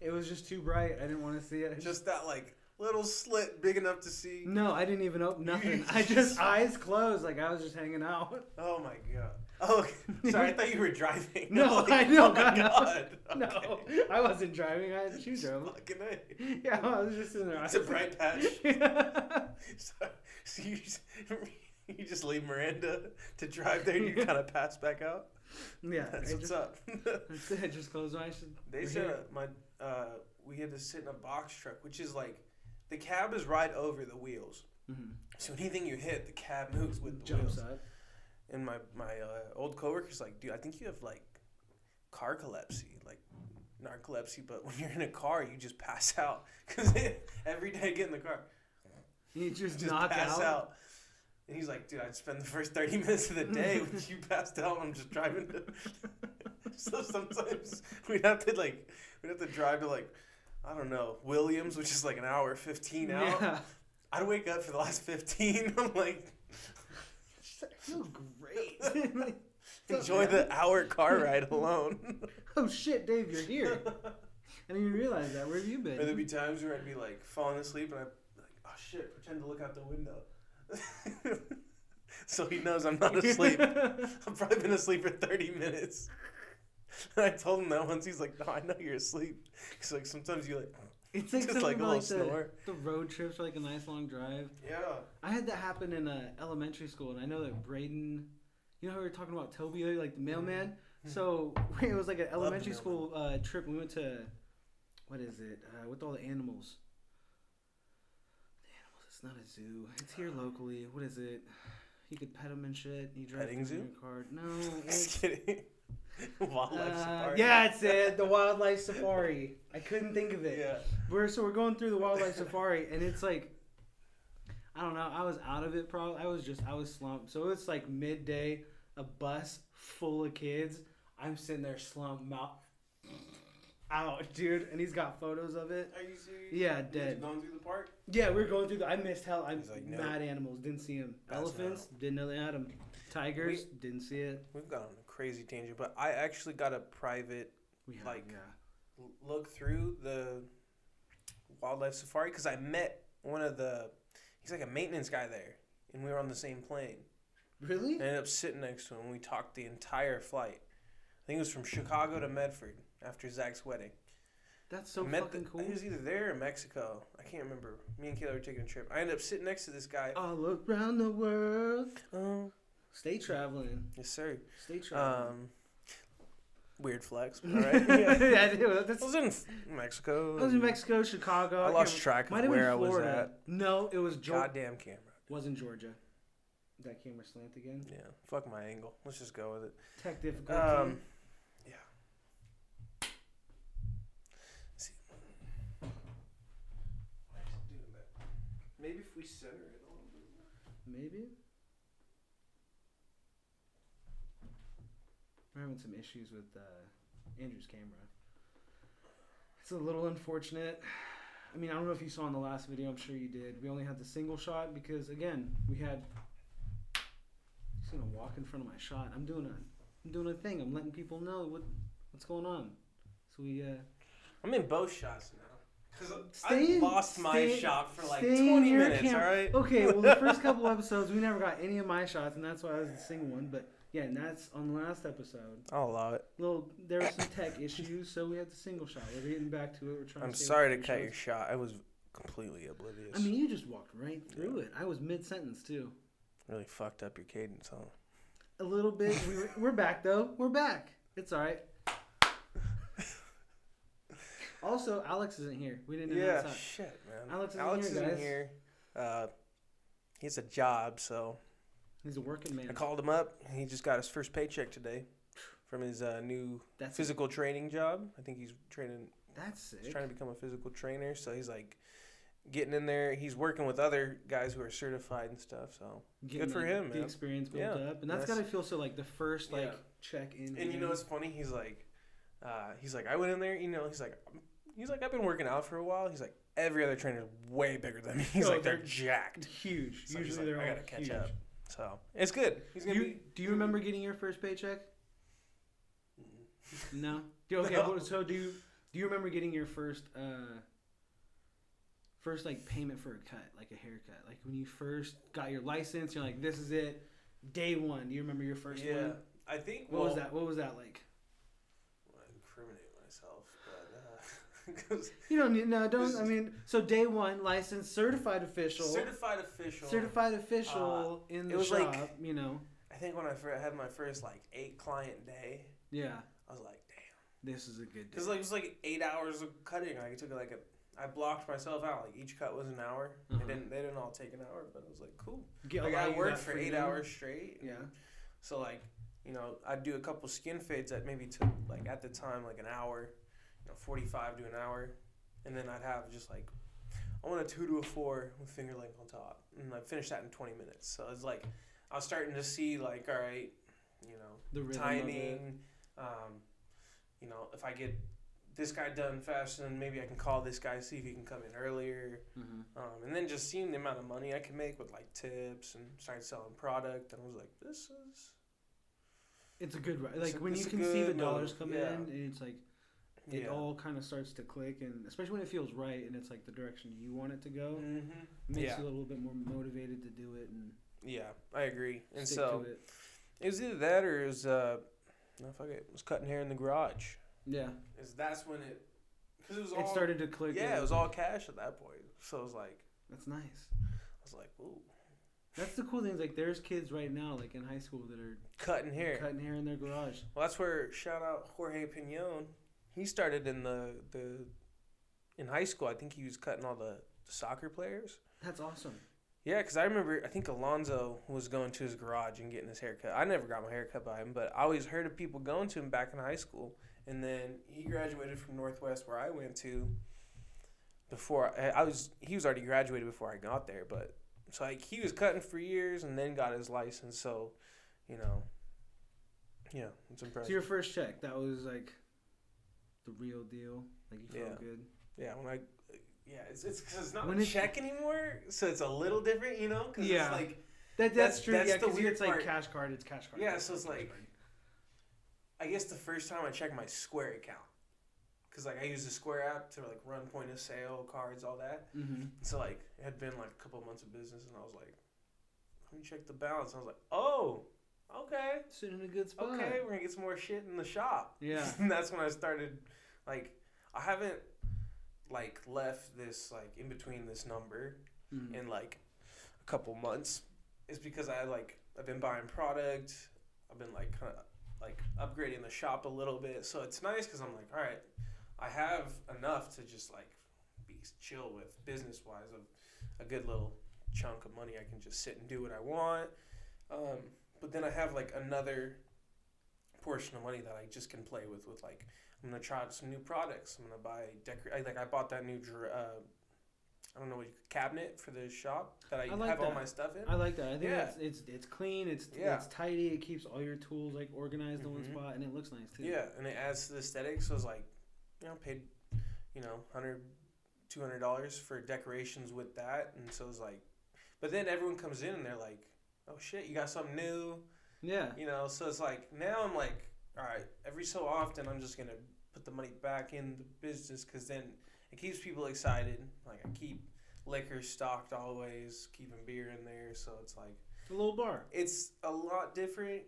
S1: It was just too bright. I didn't want to see it.
S2: Just that like little slit big enough to see.
S1: no, I didn't even open nothing. I just eyes closed, like I was just hanging out.
S2: Oh my god. Oh, okay. sorry. I thought you were driving.
S1: No,
S2: Like,
S1: I know.
S2: Oh my
S1: God, no.
S2: god.
S1: No,
S2: Okay.
S1: I wasn't driving. I she drove.
S2: Fucking A.
S1: Yeah, I was just in there.
S2: It's a bright patch.
S1: Yeah.
S2: Sorry. So you just, you just leave Miranda to drive there, and you kind of pass back out.
S1: yeah, I
S2: That's what's
S1: just,
S2: up.
S1: that's it. I just closed my eyes.
S2: they
S1: We're
S2: said
S1: here.
S2: uh, my uh, we had to sit in a box truck, which is like the cab is right over the wheels.
S1: Mhm.
S2: So anything you hit, the cab moves with the
S1: jumps
S2: wheels.
S1: up.
S2: And my my uh, old coworker's like, dude, I think you have like carcolepsy, like narcolepsy. But when you're in a car, you just pass out because every day I get in the car,
S1: You just,
S2: just
S1: knock
S2: pass out.
S1: out.
S2: And he's like, dude, I'd spend the first thirty minutes of the day with you passed out. I'm just driving. To... so sometimes we'd have to like we'd have to drive to like. I don't know Williams, which is like an hour fifteen out.
S1: Yeah.
S2: I'd wake up for the last fifteen. I'm like,
S1: I feel great.
S2: enjoy the hour car ride alone.
S1: Oh shit, Dave, you're here. I didn't even realize that. Where have you been?
S2: Or there'd be times where I'd be like falling asleep and I'd be like, oh shit, pretend to look out the window. so he knows I'm not asleep. I've probably been asleep for 30 minutes. And I told him that once. He's like, no, I know you're asleep. He's like, sometimes you like,
S1: it's like
S2: just
S1: something
S2: like a
S1: about,
S2: little
S1: like the,
S2: snore.
S1: the road trips, or like a nice long drive.
S2: Yeah.
S1: I had that happen in uh, elementary school, and I know that Braden, you know, how we were talking about Toby, like the mailman. So it was like an elementary
S2: Mm-hmm. mailman.
S1: school uh, trip. We went to what is it uh, with all the animals?
S2: Uh.
S1: The animals. It's not a zoo. It's here locally. What is it? You could pet him and shit. And you drive
S2: Petting
S1: through in
S2: zoo?
S1: your car. No.
S2: Just
S1: it's-
S2: kidding. Wildlife
S1: uh,
S2: safari.
S1: yeah, it's it. The wildlife safari. I couldn't think of it.
S2: Yeah.
S1: We're so we're going through the wildlife safari, and it's like, I don't know. I was out of it. Probably I was just I was slumped. So it's like midday, a bus full of kids. I'm sitting there slumped, mouth out, dude, and he's got photos of it.
S2: Are you serious?
S1: Yeah,
S2: You guys
S1: dead.
S2: Going through the park.
S1: Yeah, we were going through. The, I missed hell. I
S2: He's like, no.
S1: mad animals. Didn't see them.
S2: That's
S1: Elephants. Didn't know they had them. Tigers. didn't see it.
S2: We've gone on a crazy tangent, but I actually got a private
S1: We had,
S2: Like-
S1: yeah.
S2: l- look through the wildlife safari because I met one of the. He's like a maintenance guy there, and we were on the same plane.
S1: Really?
S2: I ended up sitting next to him. and We talked the entire flight. I think it was from Chicago to Medford after Zach's wedding.
S1: That's so
S2: Met
S1: fucking
S2: the-
S1: cool.
S2: He was either there or Mexico. I can't remember. Me and Kayla were taking a trip. I ended up sitting next to this guy.
S1: All around the world.
S2: Oh,
S1: Stay traveling.
S2: yes, sir.
S1: Stay traveling.
S2: Um, weird flex. but All right. Yeah.
S1: yeah, dude, that's-
S2: I was in f- Mexico.
S1: I was in
S2: and
S1: Mexico, Chicago.
S2: I
S1: can't
S2: lost
S1: remember.
S2: track
S1: Might
S2: of
S1: have been
S2: where I was
S1: Florida.
S2: at.
S1: No, it was Georgia.
S2: Goddamn camera.
S1: Wasn't Georgia. That camera slant again.
S2: Yeah. Fuck my angle. Let's just go with it.
S1: Tech difficulty.
S2: Um, yeah. See. Why is it doing that? Maybe if we center it a little bit.
S1: Maybe. We're having some issues with uh, Andrew's camera. It's a little unfortunate. I mean, I don't know if you saw in the last video. I'm sure you did. We only had the single shot because, again, we had. He's gonna walk in front of my shot. I'm doing a, I'm doing a thing. I'm letting people know what, what's going on. So we uh,
S2: I'm in both shots now. Cause
S1: Stay
S2: I
S1: in-
S2: lost my
S1: stay-
S2: shot for like
S1: stay in
S2: 20
S1: your
S2: minutes.
S1: cam-
S2: All right.
S1: Okay, well, the first couple episodes, we never got any of my shots, and that's why I was the single one. But yeah, and that's on the last episode.
S2: I'll allow it.
S1: Little, there were some tech issues, so we had the single shot. We're getting back to it. We're trying.
S2: I'm
S1: to stay
S2: sorry to
S1: with
S2: cut
S1: the
S2: your shot. I was completely oblivious.
S1: shots. I mean, you just walked right through it. I was mid sentence too.
S2: really fucked up your cadence, huh?
S1: A little bit. We were, we're back though. We're back. It's all right. Also, Alex isn't here. We didn't announce
S2: Yeah,
S1: that.
S2: shit, man.
S1: Alex isn't here, guys.
S2: Uh, he has a job, so
S1: He's a working man.
S2: I called him up. He just got his first paycheck today from his uh, new
S1: That's
S2: physical training job. I think he's training.
S1: that's sick.
S2: He's trying to become a physical trainer, so he's like getting in there. He's working with other guys who are certified and stuff. So
S1: Getting
S2: for
S1: the-
S2: him,
S1: The
S2: man.
S1: experience built
S2: Yeah,
S1: up, and that's
S2: that's-
S1: gotta feel so like the first like
S2: Yeah.
S1: check in.
S2: And you know what's funny? He's like, uh, he's like, I went in there. You know, he's like, he's like, I've been working out for a while. He's like, every other trainer's way bigger than me. He's
S1: Oh,
S2: like, they're
S1: they're-
S2: jacked.
S1: huge.
S2: So he's
S1: Usually
S2: like,
S1: they're
S2: I
S1: all
S2: gotta catch
S1: huge.
S2: up. So it's good. He's gonna
S1: You,
S2: be.
S1: do you remember getting your first paycheck? No. Do, okay.
S2: No.
S1: well, So do you, do you remember getting your first uh first like payment for a cut, like a haircut, like when you first got your license? You're like, this is it. Day one. Do you remember your first
S2: yeah,
S1: one?
S2: I think.
S1: What
S2: well,
S1: was that? What was that like?
S2: I incriminate myself, but uh, 'cause
S1: You don't need. No,
S2: This
S1: don't.
S2: is-
S1: I mean, so day one, licensed, certified official,
S2: certified official.
S1: certified official in
S2: uh, it
S1: the
S2: was
S1: shop.
S2: like-
S1: you know.
S2: I think when I fir- had my first like eight client day,
S1: Yeah.
S2: I was like, damn,
S1: This is a good day.
S2: because like it was like eight hours of cutting. Like, I took like a. I blocked myself out. Like each cut was an hour.
S1: Uh-huh.
S2: They didn't. They didn't all take an hour, but it was like cool.
S1: Get
S2: Like
S1: allow
S2: I
S1: you
S2: worked
S1: that
S2: for eight
S1: freedom.
S2: hours straight.
S1: Yeah.
S2: So like, you know, I'd do a couple skin fades that maybe took like at the time like an hour, you know, forty five to an hour, and then I'd have just like, I want a two to a four with finger length on top, and I finished that in twenty minutes. So it's like, I was starting to see like, all right, you know,
S1: The rhythm Of it.
S2: timing, um, you know, if I get this guy done faster, then maybe I can call this guy see if he can come in earlier.
S1: hmm
S2: Um, and then just seeing the amount of money I could make with like tips and started selling product, and I was like, this is
S1: It's a good ri
S2: It's
S1: Like
S2: a-
S1: when you
S2: it's a
S1: can see the
S2: good
S1: dollars
S2: move,
S1: come
S2: yeah.
S1: in, and it's like it all kind of starts to click, and especially when it feels right, and it's like the direction you want it to go,
S2: hmm
S1: it makes
S2: Yeah.
S1: you a little bit more motivated to do it and,
S2: Yeah, I agree. And
S1: stick
S2: so
S1: to it.
S2: it was either that or it was uh, no fuck it, it was cutting hair in the garage.
S1: Yeah,
S2: Is that's when it, cause it was all
S1: it started to click.
S2: yeah,
S1: in.
S2: it was all cash at that point. So it was like
S1: That's nice.
S2: I was like, ooh,
S1: That's the cool thing. is, Like there's kids right now, like in high school, that are
S2: cutting hair.
S1: cutting hair in their garage.
S2: Well, that's where shout out Jorge Pinon. He started in the the in high school. I think he was cutting all the soccer players.
S1: That's awesome.
S2: Yeah, because I remember I think Alonzo was going to his garage and getting his haircut. I never got my haircut by him, but I always heard of people going to him back in high school. And then he graduated from Northwest, where I went to. Before I, I was, he was already graduated before I got there, but so like he was cutting for years and then got his license. So, you know, yeah, it's
S1: So your
S2: impressive.
S1: first check, that was like the real deal. Like you felt
S2: Yeah.
S1: good.
S2: yeah, when I, yeah, it's it's because it's not
S1: When
S2: a
S1: it's-
S2: check anymore, so it's a little different, you know. Cause
S1: Yeah.
S2: It's like
S1: That that's,
S2: That's-
S1: true.
S2: that's
S1: yeah,
S2: the
S1: because
S2: weird
S1: it's like
S2: part.
S1: cash card. It's cash card.
S2: Yeah,
S1: cash
S2: so it's
S1: card, cash
S2: like-
S1: card.
S2: I guess the first time I checked my Square account, cause like I use the Square app to like run point of sale cards, all that.
S1: Mhm.
S2: So like it had been like a couple months of business, and I was like, let me check the balance. I was like, oh, okay,
S1: sitting in a good spot.
S2: okay, we're gonna get some more shit in the shop.
S1: Yeah.
S2: and that's when I started, like, I haven't like left this like in between this number
S1: Mhm.
S2: in like a couple months is because I like I've been buying product. I've been like kind of like upgrading the shop a little bit, so it's nice because I'm like, all right, I have enough to just like be chill with business wise of a good little chunk of money. I can just sit and do what I want. Um, but then I have like another portion of money that I just can play with. With like, I'm gonna try out some new products. I'm gonna buy decor. I, like I bought that new dr- uh, I don't know what you, cabinet for the shop that I,
S1: I like
S2: have all
S1: that.
S2: my stuff in.
S1: I like that. I think
S2: Yeah.
S1: it's, it's it's clean. It's
S2: Yeah.
S1: it's tidy. It keeps all your tools like organized in one
S2: Mhm.
S1: spot, and it looks nice too.
S2: Yeah, and it adds to the aesthetic. So it's like, you know, paid, you know, hundred, two hundred dollars for decorations with that, and so it's like, but then everyone comes in and they're like, oh shit, you got something new,
S1: Yeah.
S2: you know. So it's like now I'm like, all right, every so often I'm just gonna put the money back in the business because then it keeps people excited. Like I keep liquor stocked always, keeping beer in there, so it's like
S1: It's a little bar.
S2: it's a lot different.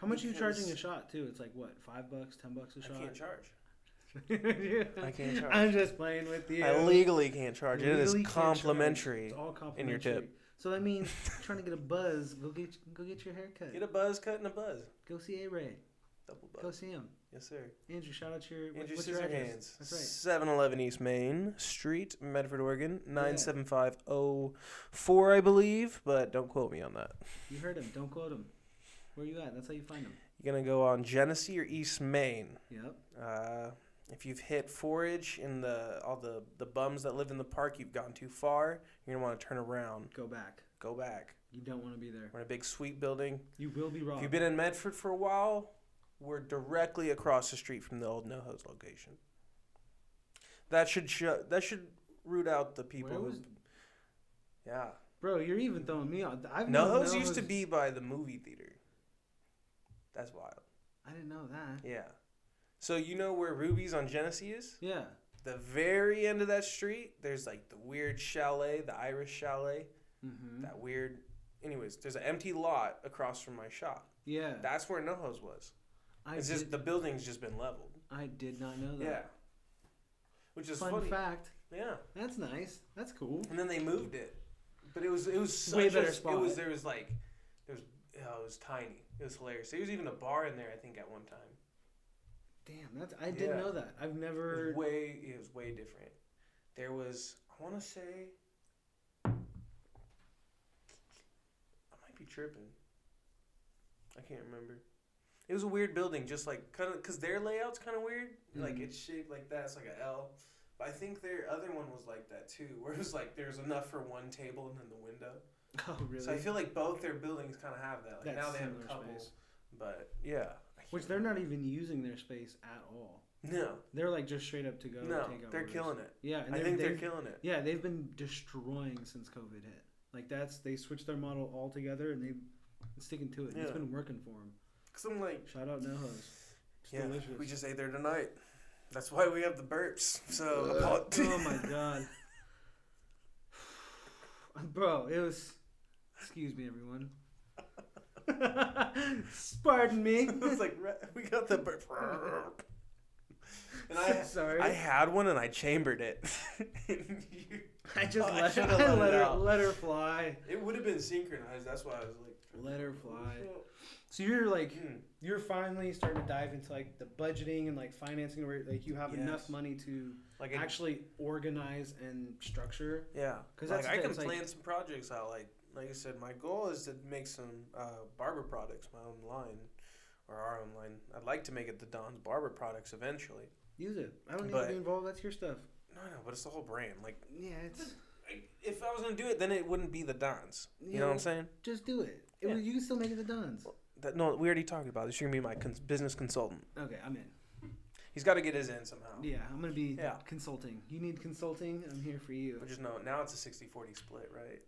S1: How much are you charging a
S2: Because-
S1: shot too? It's like what, five bucks, ten bucks a
S2: I can't
S1: shot.
S2: charge.
S1: Yeah.
S2: I can't charge.
S1: I'm just playing with you.
S2: I legally can't charge it. It is
S1: Legally can't charge.
S2: complimentary.
S1: It's all complimentary.
S2: in your tip.
S1: So that means you're trying to get a buzz. Go get go get your haircut.
S2: Get a buzz cut and a buzz.
S1: Go see A Ray.
S2: Double
S1: Go
S2: buzz.
S1: see him.
S2: Yes, sir.
S1: Andrew, shout out your what-
S2: Andrew
S1: what's your address?
S2: Scissorhands.
S1: That's right.
S2: 711 East Main Street, Medford, Oregon. 97504, I believe, but don't quote me on that.
S1: You heard him. Don't quote him. Where you at? That's how you find him.
S2: You're going to go on Genesee or East Main.
S1: Yep.
S2: Uh, if you've hit forage in the all the, the bums that live in the park, you've gone too far. You're going to want to turn around.
S1: Go back.
S2: Go back.
S1: You don't want to be there.
S2: We're in a big sweet building.
S1: You will be
S2: If
S1: robbed.
S2: you've been in Medford for a while, we're directly across the street from the old No Hose location. That should show, that should root out the people.
S1: Where
S2: Who,
S1: was-
S2: yeah,
S1: bro, you're even throwing me out. I've
S2: No
S1: known
S2: Hose used to
S1: Noho's-
S2: be by the movie theater. That's wild.
S1: I didn't know that.
S2: Yeah. So you know where Ruby's on Genesee is?
S1: Yeah.
S2: The very end of that street, there's like the weird chalet, the Irish chalet,
S1: Mm-hmm.
S2: that weird. Anyways, there's an empty lot across from my shop.
S1: Yeah.
S2: That's where No Hose was.
S1: I
S2: It's
S1: did,
S2: just the building's just been leveled.
S1: I did not know that.
S2: Yeah. Which is
S1: Fun
S2: funny.
S1: fact.
S2: Yeah.
S1: That's nice. That's cool.
S2: And then they moved it. But it was it was such
S1: Way
S2: a-
S1: better
S2: It
S1: spot.
S2: was there was like there was oh, it was tiny. It was hilarious. There was even a bar in there I think at one time.
S1: Damn, that's I didn't
S2: Yeah.
S1: know that. I've
S2: It
S1: never
S2: was way it was way different. There was I wanna say I might be tripping. I can't remember. It was a weird building, just like kind of because their layout's kind of weird. Like
S1: Mhm.
S2: it's shaped like that, it's like a L. But I think their other one was like that too, where it was like there's enough for one table and then the window.
S1: Oh really?
S2: So I feel like both their buildings kind of have that. Like
S1: That's
S2: now they have
S1: similar
S2: a couple,
S1: space.
S2: but yeah. I can't
S1: Which they're not
S2: remember.
S1: even using their space at all.
S2: No,
S1: They're like just straight up to go.
S2: no,
S1: take out
S2: they're
S1: orders.
S2: killing it.
S1: Yeah, and
S2: I
S1: they're,
S2: think they're
S1: they've-
S2: killing it.
S1: Yeah, they've been destroying since COVID hit. Like that's they switched their model altogether and they've been sticking to it. and It's
S2: Yeah.
S1: been working for them.
S2: Cause I'm like,
S1: Shout out Noho's. It's
S2: yeah,
S1: delicious.
S2: we just ate there tonight. That's why we have the burps. So
S1: oh my god, bro, it was. Excuse me, everyone. Pardon me.
S2: it's like re- we got the burp. And I,
S1: sorry.
S2: I
S1: I,
S2: had one and I chambered it.
S1: just
S2: I
S1: let,
S2: should've
S1: I
S2: let it
S1: let her
S2: out.
S1: let her fly.
S2: it would have been synchronized. That's why I was like,
S1: Let her fly. So you're like you're finally starting to dive into like the budgeting and like financing where like you have
S2: Yes.
S1: enough money to
S2: Like I,
S1: actually organize and structure
S2: yeah,
S1: 'Cause
S2: like
S1: that's the
S2: I
S1: thing,
S2: can
S1: it's like-
S2: plan some projects out. Like like I said, my goal is to make some uh, barber products, my own line, or our own line. I'd like to make it the Don's Barber Products eventually.
S1: Use it. I don't need
S2: But-
S1: to be involved. That's your stuff.
S2: No, no, but it's the whole brand. Like,
S1: Yeah, it's
S2: I- if I was gonna do it, then it wouldn't be the Don's. You know what I'm saying?
S1: just do it. it
S2: Yeah.
S1: was- you can still make it the Duns.
S2: That no, we already talked about this. You're gonna be my cons- business consultant.
S1: Okay, I'm in.
S2: He's got to get his in somehow.
S1: Yeah, I'm gonna be
S2: Yeah.
S1: consulting. You need consulting. I'm here for you.
S2: But just know now it's a 60-40 split, right?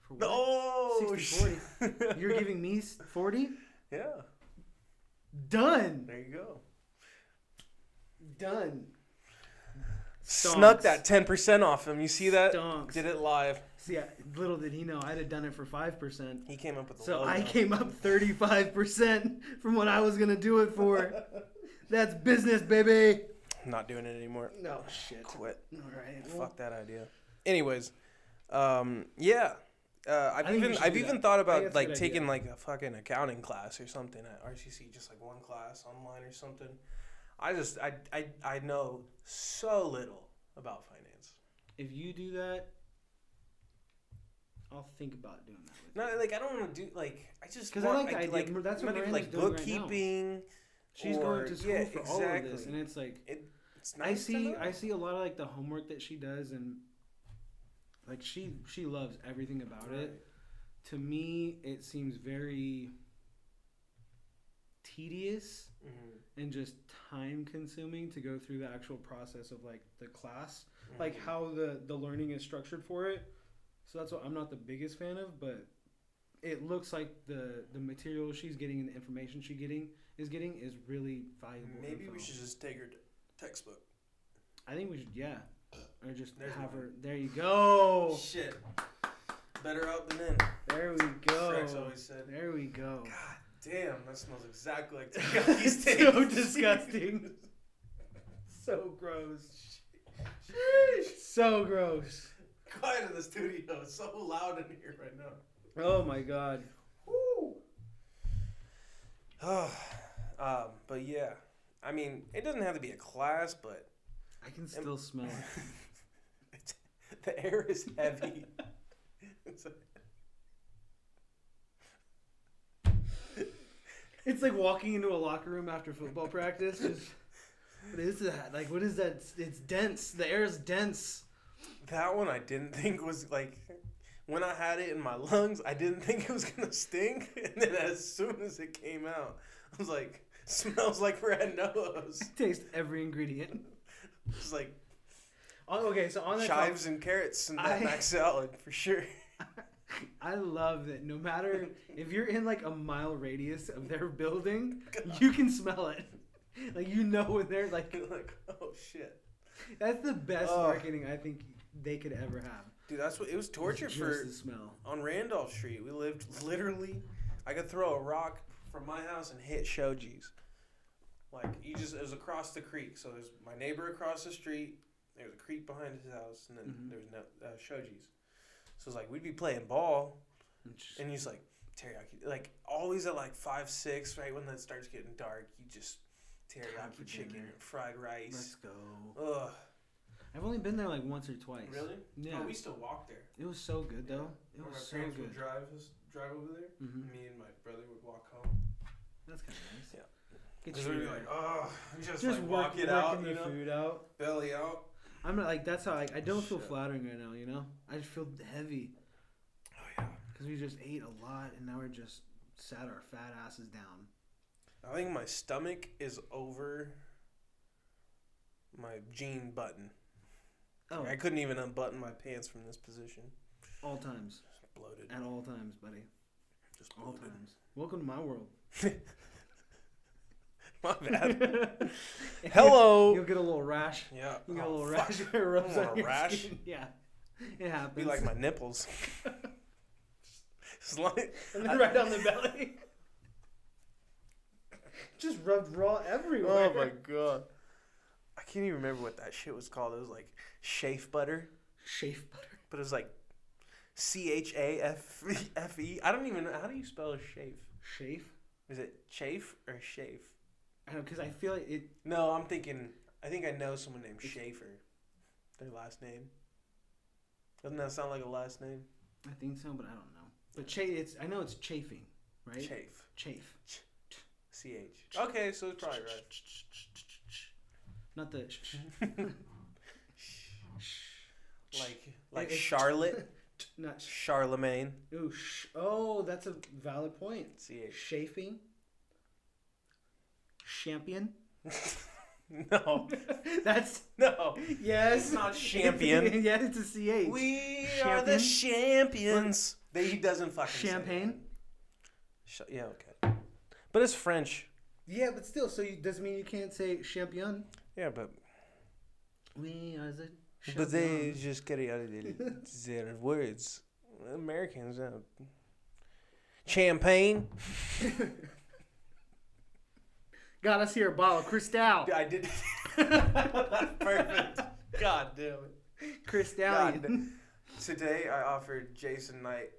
S1: For what?
S2: No,
S1: 60-40.
S2: shit.
S1: You're giving me s- forty.
S2: Yeah,
S1: Done.
S2: there you go.
S1: Done.
S2: Snuck
S1: Stonks.
S2: that ten percent off him. You see that?
S1: Stonks.
S2: Did it live.
S1: See, I- little did he know I'd have done it for five percent.
S2: He came up with the
S1: So
S2: logo.
S1: I came up 35% from what I was going to do it for. That's business, baby.
S2: Not doing it anymore.
S1: No, shit. All
S2: Quit.
S1: right. well,
S2: Fuck that idea. Anyways, um, yeah. Uh,
S1: I
S2: I've
S1: think you
S2: even
S1: should
S2: I've
S1: do
S2: even
S1: that.
S2: thought
S1: I think
S2: about
S1: that's a
S2: like
S1: good
S2: taking like a fucking accounting class or something at RCC, just like one class online or something. I just I I, I know so little about finance.
S1: If you do that, I'll think about doing that. With you.
S2: No, like I don't want to do like I just
S1: 'Cause I
S2: want-
S1: like the idea. Mir- that's
S2: not
S1: what
S2: even,
S1: Miranda's
S2: like
S1: doing right now.
S2: bookkeeping.
S1: She's
S2: or-
S1: going to school
S2: yeah,
S1: for all of this,
S2: exactly.
S1: and it's like
S2: It's
S1: I
S2: nice to
S1: see.
S2: know.
S1: I see a lot of like the homework that she does, and like she she loves everything about it.
S2: Right.
S1: To me, it seems very tedious.
S2: Mhm.
S1: and just time consuming to go through the actual process of like the class like
S2: Mhm.
S1: how the the learning is structured for it so that's what i'm not the biggest fan of but it looks like the the material she's getting and the information she's getting is getting is really valuable
S2: Maybe
S1: info.
S2: we should just take her t- textbook.
S1: i think we should yeah or just
S2: There's
S1: have
S2: mine.
S1: her there you go
S2: Shit. Better out than in.
S1: there we go
S2: Shrek's always said.
S1: there we go
S2: God damn, that smells exactly like
S1: It's
S2: Takahis
S1: so disgusting so gross so gross
S2: Quiet in the studio. It's so loud in here right now.
S1: oh my god
S2: Woo. um, but yeah, I mean, it doesn't have to be a class, but
S1: I can still smell it.
S2: it's, the air is heavy. It's like-
S1: It's like walking into a locker room after football practice. Just, what is that? Like, what is that? It's dense. The air is dense.
S2: That one I didn't think was like when I had it in my lungs, I didn't think it was gonna stink. And then as soon as it came out, I was like, smells like red nose.
S1: Taste every ingredient.
S2: It's like
S1: Oh, okay, so on that topic,
S2: chives and carrots and that
S1: I-
S2: mac salad for sure.
S1: I love that no matter if you're in like a mile radius of their building, you can smell it. Like, you know when they're like,
S2: You're like, oh shit.
S1: that's the best
S2: Ugh.
S1: marketing I think they could ever have.
S2: Dude, that's what it was torture
S1: Just
S2: for
S1: the smell.
S2: on Randolph Street. We lived literally I could throw a rock from my house and hit Shoji's. Like you just it was across the creek. So there's my neighbor across the street. There's a creek behind his house, and then
S1: Mhm.
S2: there's no uh, Shoji's. So it's like we'd be playing ball,
S1: Just-
S2: and he's like teriyaki, like always at like five six, right when that starts getting dark. You just
S1: Time for
S2: teriyaki chicken,
S1: dinner.
S2: fried
S1: Let's
S2: rice.
S1: go.
S2: Ugh.
S1: I've only been there like once or twice.
S2: Really?
S1: Yeah.
S2: Oh, we still walk there.
S1: It was so good though. It
S2: Or
S1: was
S2: my
S1: so
S2: parents
S1: good.
S2: would drive us drive over there.
S1: hmm
S2: Me and my brother would walk home.
S1: That's kind of nice.
S2: Yeah.
S1: Get
S2: Because
S1: your-
S2: we'd be like, oh, just,
S1: just
S2: like
S1: work,
S2: walk it
S1: working
S2: out,
S1: the
S2: you know,
S1: food out.
S2: belly out.
S1: I'm not like that's how like I don't feel
S2: Shit.
S1: flattering right now. You know, I just feel heavy
S2: Oh yeah.
S1: because we just ate a lot and now we're just sat our fat asses down.
S2: I think my stomach is over my jean button.
S1: Oh,
S2: I couldn't even unbutton my pants from this position.
S1: all times,
S2: Just bloated.
S1: at all times, buddy,
S2: Just
S1: all
S2: bloated.
S1: times. Welcome to my world.
S2: My bad. Hello.
S1: You'll get a little rash.
S2: yeah.
S1: You get a
S2: Oh,
S1: little
S2: fuck.
S1: rash. It rubs
S2: want
S1: on
S2: a
S1: your
S2: rash.
S1: skin. Yeah, it happens.
S2: Be like my nipples. It's like-
S1: and then right on the belly. just rubbed raw everywhere.
S2: oh my god. I can't even remember what that shit was called. It was like chafe butter.
S1: Shave butter.
S2: but it was like C H A F F E. I don't even know how do you spell chafe.
S1: Shave.
S2: Is it chafe or shafe?
S1: I don't because I feel like it.
S2: No, I'm thinking. I think I know someone named Schaefer. Their last name. Doesn't that sound like a last name?
S1: I think so, but I don't know. But cha- it's I know it's chafing, right?
S2: Chafe.
S1: Chafe.
S2: C H. Okay, so it's probably right.
S1: Not the
S2: Like like
S1: It- it-
S2: Charlotte,
S1: not sh-
S2: Charlemagne.
S1: ooh, sh- oh that's a valid point.
S2: C H.
S1: Chafing. Champion.
S2: No,
S1: that's
S2: no.
S1: yes.
S2: It's not champion.
S1: yeah, it's a ch.
S2: We are the champions. They, he doesn't fucking say
S1: Champagne.
S2: that. Sh- yeah, okay. But it's French.
S1: Yeah, but still, so you, does it mean you can't say champion?
S2: Yeah, but
S1: We are the.
S2: but they
S1: champions.
S2: just get it out of their, their words. Americans, uh, champagne.
S1: got us here a bottle of Cristal.
S2: I did. Perfect. God damn it.
S1: Cristalian.
S2: Today I offered Jason Knight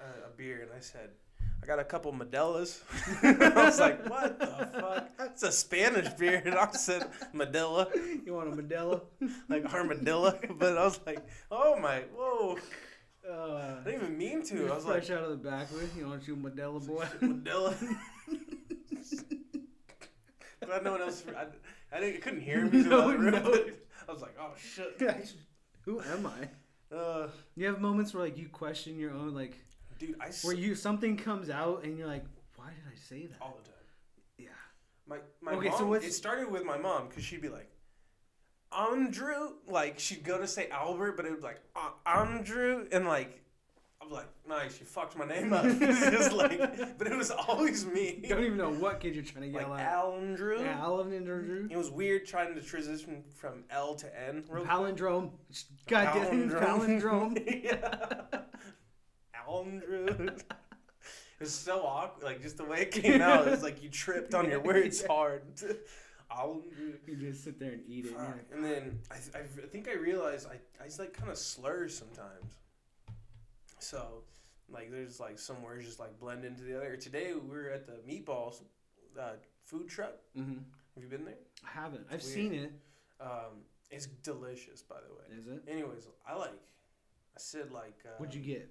S2: uh, a beer and I said, I got a couple Modelas. I was like, what the fuck? It's a Spanish beer. And I said, Modella,
S1: You want a Modelo?
S2: like armadillo. But I was like, oh my, whoa.
S1: Uh,
S2: I didn't even mean to.
S1: you're
S2: I was like,
S1: fresh out of the back with you want you Modelo boy?
S2: Modella. Glad no one else, I, I, didn't, I couldn't hear him. He's in
S1: No,
S2: another room.
S1: no.
S2: I was like, oh shit.
S1: Guys, Who am I?
S2: Uh,
S1: You have moments where like you question your own like
S2: dude, I s-
S1: where you something comes out and you're like, why did I say that?
S2: all the time.
S1: Yeah.
S2: My my
S1: Okay,
S2: mom.
S1: so what's-
S2: it started with my mom because she'd be like, Andrew. Like she'd go to say Albert, but it would be like uh, Andrew, and like I'm like, nice, you fucked my name up. It's just like, but it was always
S1: You
S2: me.
S1: don't even know what kid you're trying to
S2: Like
S1: yell at.
S2: Andrew.
S1: Yeah, Alvin
S2: It was weird trying to transition from L to N. Real
S1: Palindrome. Goddamn palindrome.
S2: yeah. Andrew. It was so awkward. Like just the way it came out, it was like you tripped on your words hard. Andrew.
S1: You just sit there and eat it. and you're
S2: Fuck.
S1: like,
S2: And then I, th- I re- I think I realized I, I just like kind of slur sometimes. So, like, there's like some words just like blend into the other. Today we were at the meatballs uh, food truck.
S1: mm-hmm.
S2: Have you been there?
S1: I haven't. I've
S2: It's
S1: seen it.
S2: Um, it's delicious, by the way.
S1: Is it?
S2: Anyways, I like. I said like. Uh,
S1: What'd you get?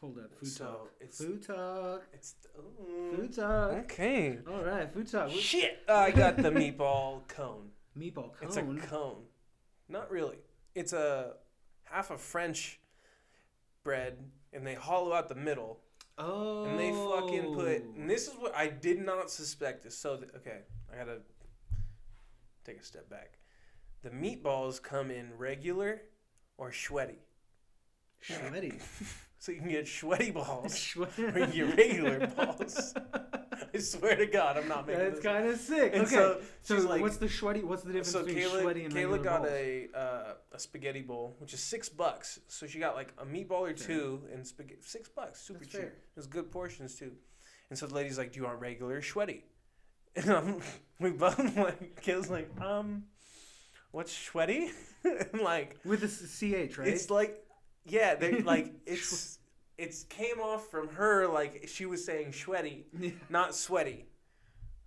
S1: Hold up. Food
S2: so
S1: talk.
S2: it's-
S1: Food talk.
S2: It's ooh.
S1: Food Ah, talk.
S2: Okay.
S1: All right. Food talk. What-
S2: Shit! I got the meatball cone.
S1: Meatball cone.
S2: It's a cone. Not really. It's a half a French bread, and they hollow out the middle,
S1: oh.
S2: and they fucking put. And this is what I did not suspect. Is so th- okay. I gotta take a step back. The meatballs come in regular or sweaty,
S1: Shreddy.
S2: so you can get sweaty balls or you
S1: Shreddy.
S2: get regular balls. I swear to God, I'm not making
S1: That's
S2: this.
S1: kind of sick.
S2: And
S1: okay.
S2: so
S1: So,
S2: she's like-
S1: what's the shreddy? What's the difference
S2: So
S1: between
S2: Kayla,
S1: shreddy and regular
S2: Kayla got
S1: balls?
S2: a uh, a spaghetti bowl, which is six bucks. So she got like a meatball or
S1: Fair.
S2: two and spaghetti, six bucks, super
S1: That's
S2: cheap.
S1: fair.
S2: It was good portions too. And so the lady's like, "Do you want regular or sweaty?" And um, we both like Kayla's like, "Um, what's sweaty?" and like,
S1: With a s- ch, right?
S2: it's like, yeah, they like it's it's came off from her like she was saying sweaty,
S1: Yeah.
S2: not sweaty.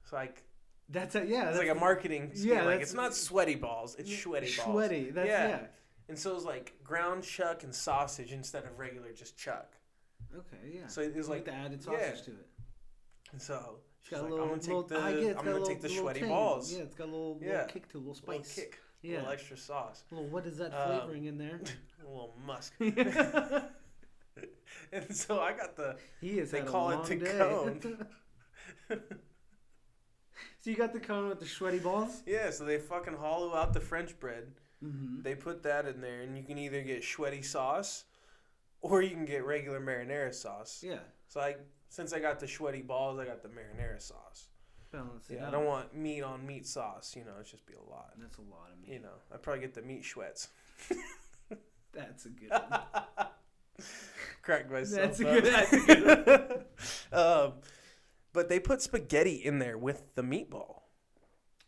S2: It's like
S1: That's a, yeah. That's
S2: it's like a marketing. Yeah,
S1: Yeah,
S2: like
S1: that's-
S2: it's not sweaty balls. It's
S1: Yeah,
S2: sweaty balls.
S1: Shreddy. That's yeah.
S2: And so it was like ground chuck and sausage instead of regular just chuck.
S1: Okay. Yeah.
S2: So it was
S1: It's like
S2: like,
S1: the added sausage
S2: yeah.
S1: to it.
S2: and so she's
S1: got
S2: like,
S1: a little,
S2: I'm gonna take
S1: little,
S2: the,
S1: I get it's
S2: I'm
S1: got a
S2: gonna
S1: little,
S2: take the
S1: little
S2: sweaty
S1: tang.
S2: balls,
S1: Yeah, it's got a little,
S2: Yeah.
S1: little kick to it, a little spice.
S2: little kick,
S1: Yeah.
S2: little extra sauce,
S1: Well, what is that
S2: Um,
S1: flavoring in there?
S2: a little musk.
S1: he
S2: and so I got the
S1: is.
S2: They
S1: had
S2: call
S1: a
S2: it
S1: long
S2: the
S1: day.
S2: cone.
S1: so you got the cone with the sweaty balls.
S2: yeah. So they fucking hollow out the French bread.
S1: Mm-hmm.
S2: They put that in there, and you can either get sweaty sauce, or you can get regular marinara sauce.
S1: Yeah,
S2: So I since I got the sweaty balls, I got the marinara sauce.
S1: balance it
S2: Yeah, I
S1: out.
S2: don't want meat on meat sauce. You know, it's just be a lot.
S1: That's a lot of meat.
S2: You know, I probably get the meat sweats.
S1: That's a good one.
S2: Crack myself.
S1: That's a
S2: up.
S1: good- that's a
S2: um, but they put spaghetti in there with the meatball.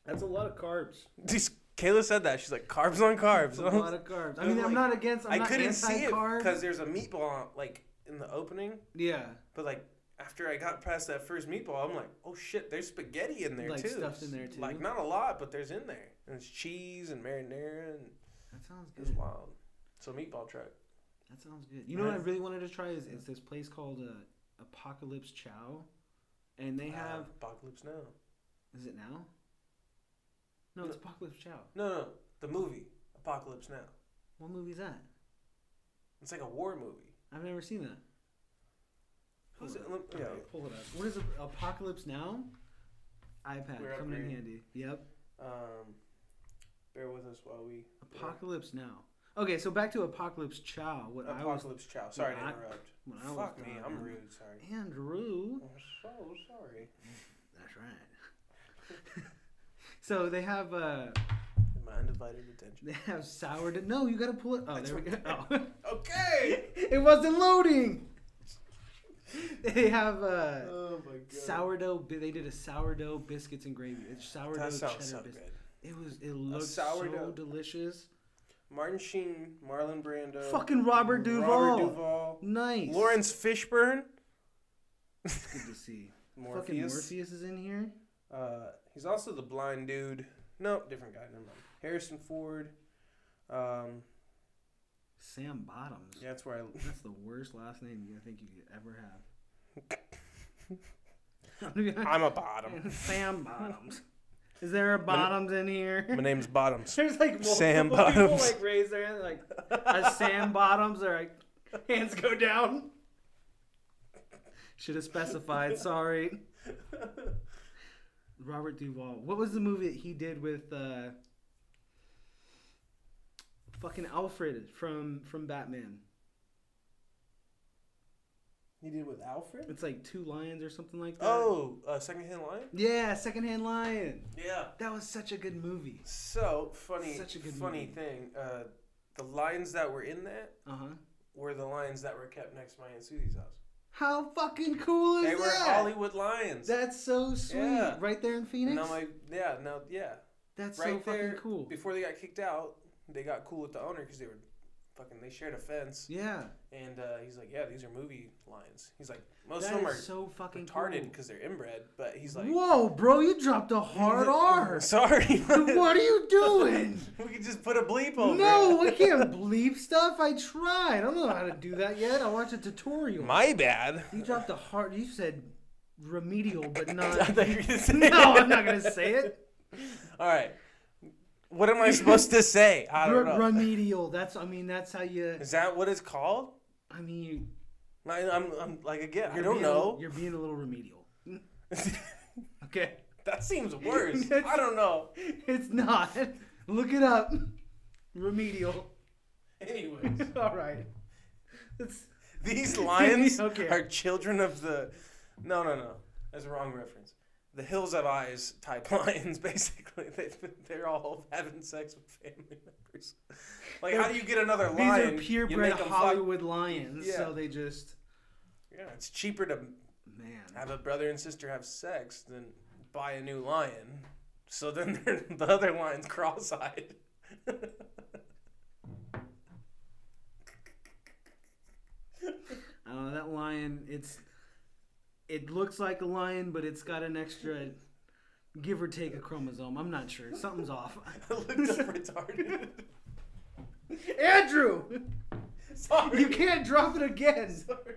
S1: That's a lot of carbs.
S2: Just, Kayla said that she's like carbs on carbs.
S1: That's a lot of carbs. I mean,
S2: They're
S1: I'm
S2: like-
S1: not against. I'm
S2: I
S1: not
S2: couldn't see it
S1: anti-carb.
S2: because there's a meatball on- like in the opening,
S1: yeah,
S2: but like after I got past that first meatball, I'm like, oh shit, there's spaghetti in there
S1: Like
S2: too.
S1: stuffed in there, too.
S2: Like not a lot, but there's in there, and it's cheese and marinara, and
S1: that sounds
S2: it's
S1: good.
S2: wild. So meatball truck.
S1: That sounds good. You know what I really wanted to try is is this place called uh, Apocalypse Chow, and they have
S2: uh, apocalypse now.
S1: is it now? No, it's Apocalypse Chow.
S2: No, no, the movie Apocalypse Now.
S1: What movie's that?
S2: It's like a war movie.
S1: I've never seen that.
S2: Who's it?
S1: Hold on.
S2: Let- Yeah.
S1: Okay, pull it up. What is it? Apocalypse Now? iPad
S2: We're
S1: coming in
S2: upgrading.
S1: handy. Yep.
S2: Um, bear with us while we.
S1: Apocalypse Now. Okay, so back to Apocalypse Chow. What I was
S2: Apocalypse Chow. Sorry to
S1: I-
S2: interrupt.
S1: when I was
S2: Fuck me,
S1: growing
S2: I'm
S1: up. Oh,
S2: rude. Sorry.
S1: Andrew.
S2: I'm so sorry.
S1: That's right. so they have uh
S2: My undivided attention.
S1: they have sourdough. No, you gotta pull it. Oh,
S2: That's
S1: there we go.
S2: what-
S1: Oh.
S2: Okay.
S1: it wasn't loading. They have uh,
S2: oh my god.
S1: sourdough. bi- They did a sourdough biscuits and gravy. It's sourdough cheddar
S2: That sounds so
S1: biscuits.
S2: good.
S1: It was. It looked so
S2: sourdough.
S1: delicious.
S2: Martin Sheen, Marlon Brando,
S1: Fucking Robert Duvall.
S2: Uh, Robert Duvall,
S1: Nice.
S2: Lawrence Fishburne,
S1: Good to see. Fucking
S2: Morpheus.
S1: Morpheus is in here.
S2: Uh, he's also the blind dude. No, different guy. Never mind. Harrison Ford. Um,
S1: Sam Bottoms.
S2: yeah, that's where I.
S1: That's the worst last name you- I think you could ever have.
S2: I'm a bottom.
S1: Sam Bottoms. Is there a Bottoms in here?
S2: My name's Bottoms.
S1: There's like multiple
S2: Sam
S1: people
S2: Bottoms.
S1: like raise their hand like a Sam Bottoms or like hands go down. Should have specified. Sorry. Robert Duvall. What was the movie that he did with uh, fucking Alfred from from Batman?
S2: He did with Alfred.
S1: It's like two lions or something like that.
S2: Oh, uh, Secondhand Lion.
S1: Yeah, Secondhand Lion.
S2: Yeah.
S1: That was such a good movie.
S2: So funny.
S1: Such a good
S2: funny
S1: movie.
S2: thing. Uh, the lions that were in that
S1: Uh huh.
S2: were the lions that were kept next to my aunt Susie's house.
S1: How fucking cool is
S2: They
S1: that?
S2: were Hollywood lions.
S1: That's so sweet.
S2: Yeah.
S1: Right there in Phoenix.
S2: Now my yeah now yeah
S1: That's so
S2: right
S1: fucking
S2: there
S1: cool.
S2: before they got kicked out they got cool with the owner because they were fucking they shared a fence
S1: yeah.
S2: and uh, he's like yeah these are movie lions he's like most
S1: That
S2: of them are
S1: is so fucking
S2: retarded
S1: cool.
S2: because they're inbred but he's like
S1: Whoa, bro, you dropped a hard R.
S2: sorry
S1: what are you doing?
S2: we could just put a bleep over
S1: no, we
S2: it.
S1: can't bleep stuff. I tried. I don't know how to do that yet. I watched a tutorial.
S2: my bad
S1: you dropped a hard. You said remedial, but
S2: I
S1: not.
S2: thought you were gonna say
S1: no,
S2: it.
S1: I'm not gonna say it.
S2: all right what am I supposed to say I don't
S1: Re-
S2: know
S1: remedial. That's. I mean, that's how you.
S2: is that what it's called
S1: I mean, you.
S2: I, I'm, I'm like again I
S1: you're
S2: don't
S1: being a-
S2: know
S1: You're being a little remedial. Okay.
S2: that seems worse I don't know
S1: It's not. Look it up. Remedial.
S2: anyways.
S1: All right. It's,
S2: These lions
S1: Okay.
S2: are children of the. No, no, no. That's a wrong reference. The Hills Have Eyes type lions, basically. They've been, they're all having sex with family members. Like, how do you get another
S1: these
S2: lion?
S1: are
S2: You
S1: purebred
S2: make 'em fuck-
S1: Hollywood lions,
S2: Yeah.
S1: so they just
S2: Yeah, it's cheaper to
S1: man.
S2: have a brother and sister have sex than buy a new lion. So then they're- the other lion's cross eyed.
S1: I don't know that lion. It's it looks like a lion, but it's got an extra, give or take, a chromosome. I'm not sure. Something's off.
S2: I looked up retarded.
S1: Andrew,
S2: Sorry.
S1: you can't drop it again.
S2: Sorry.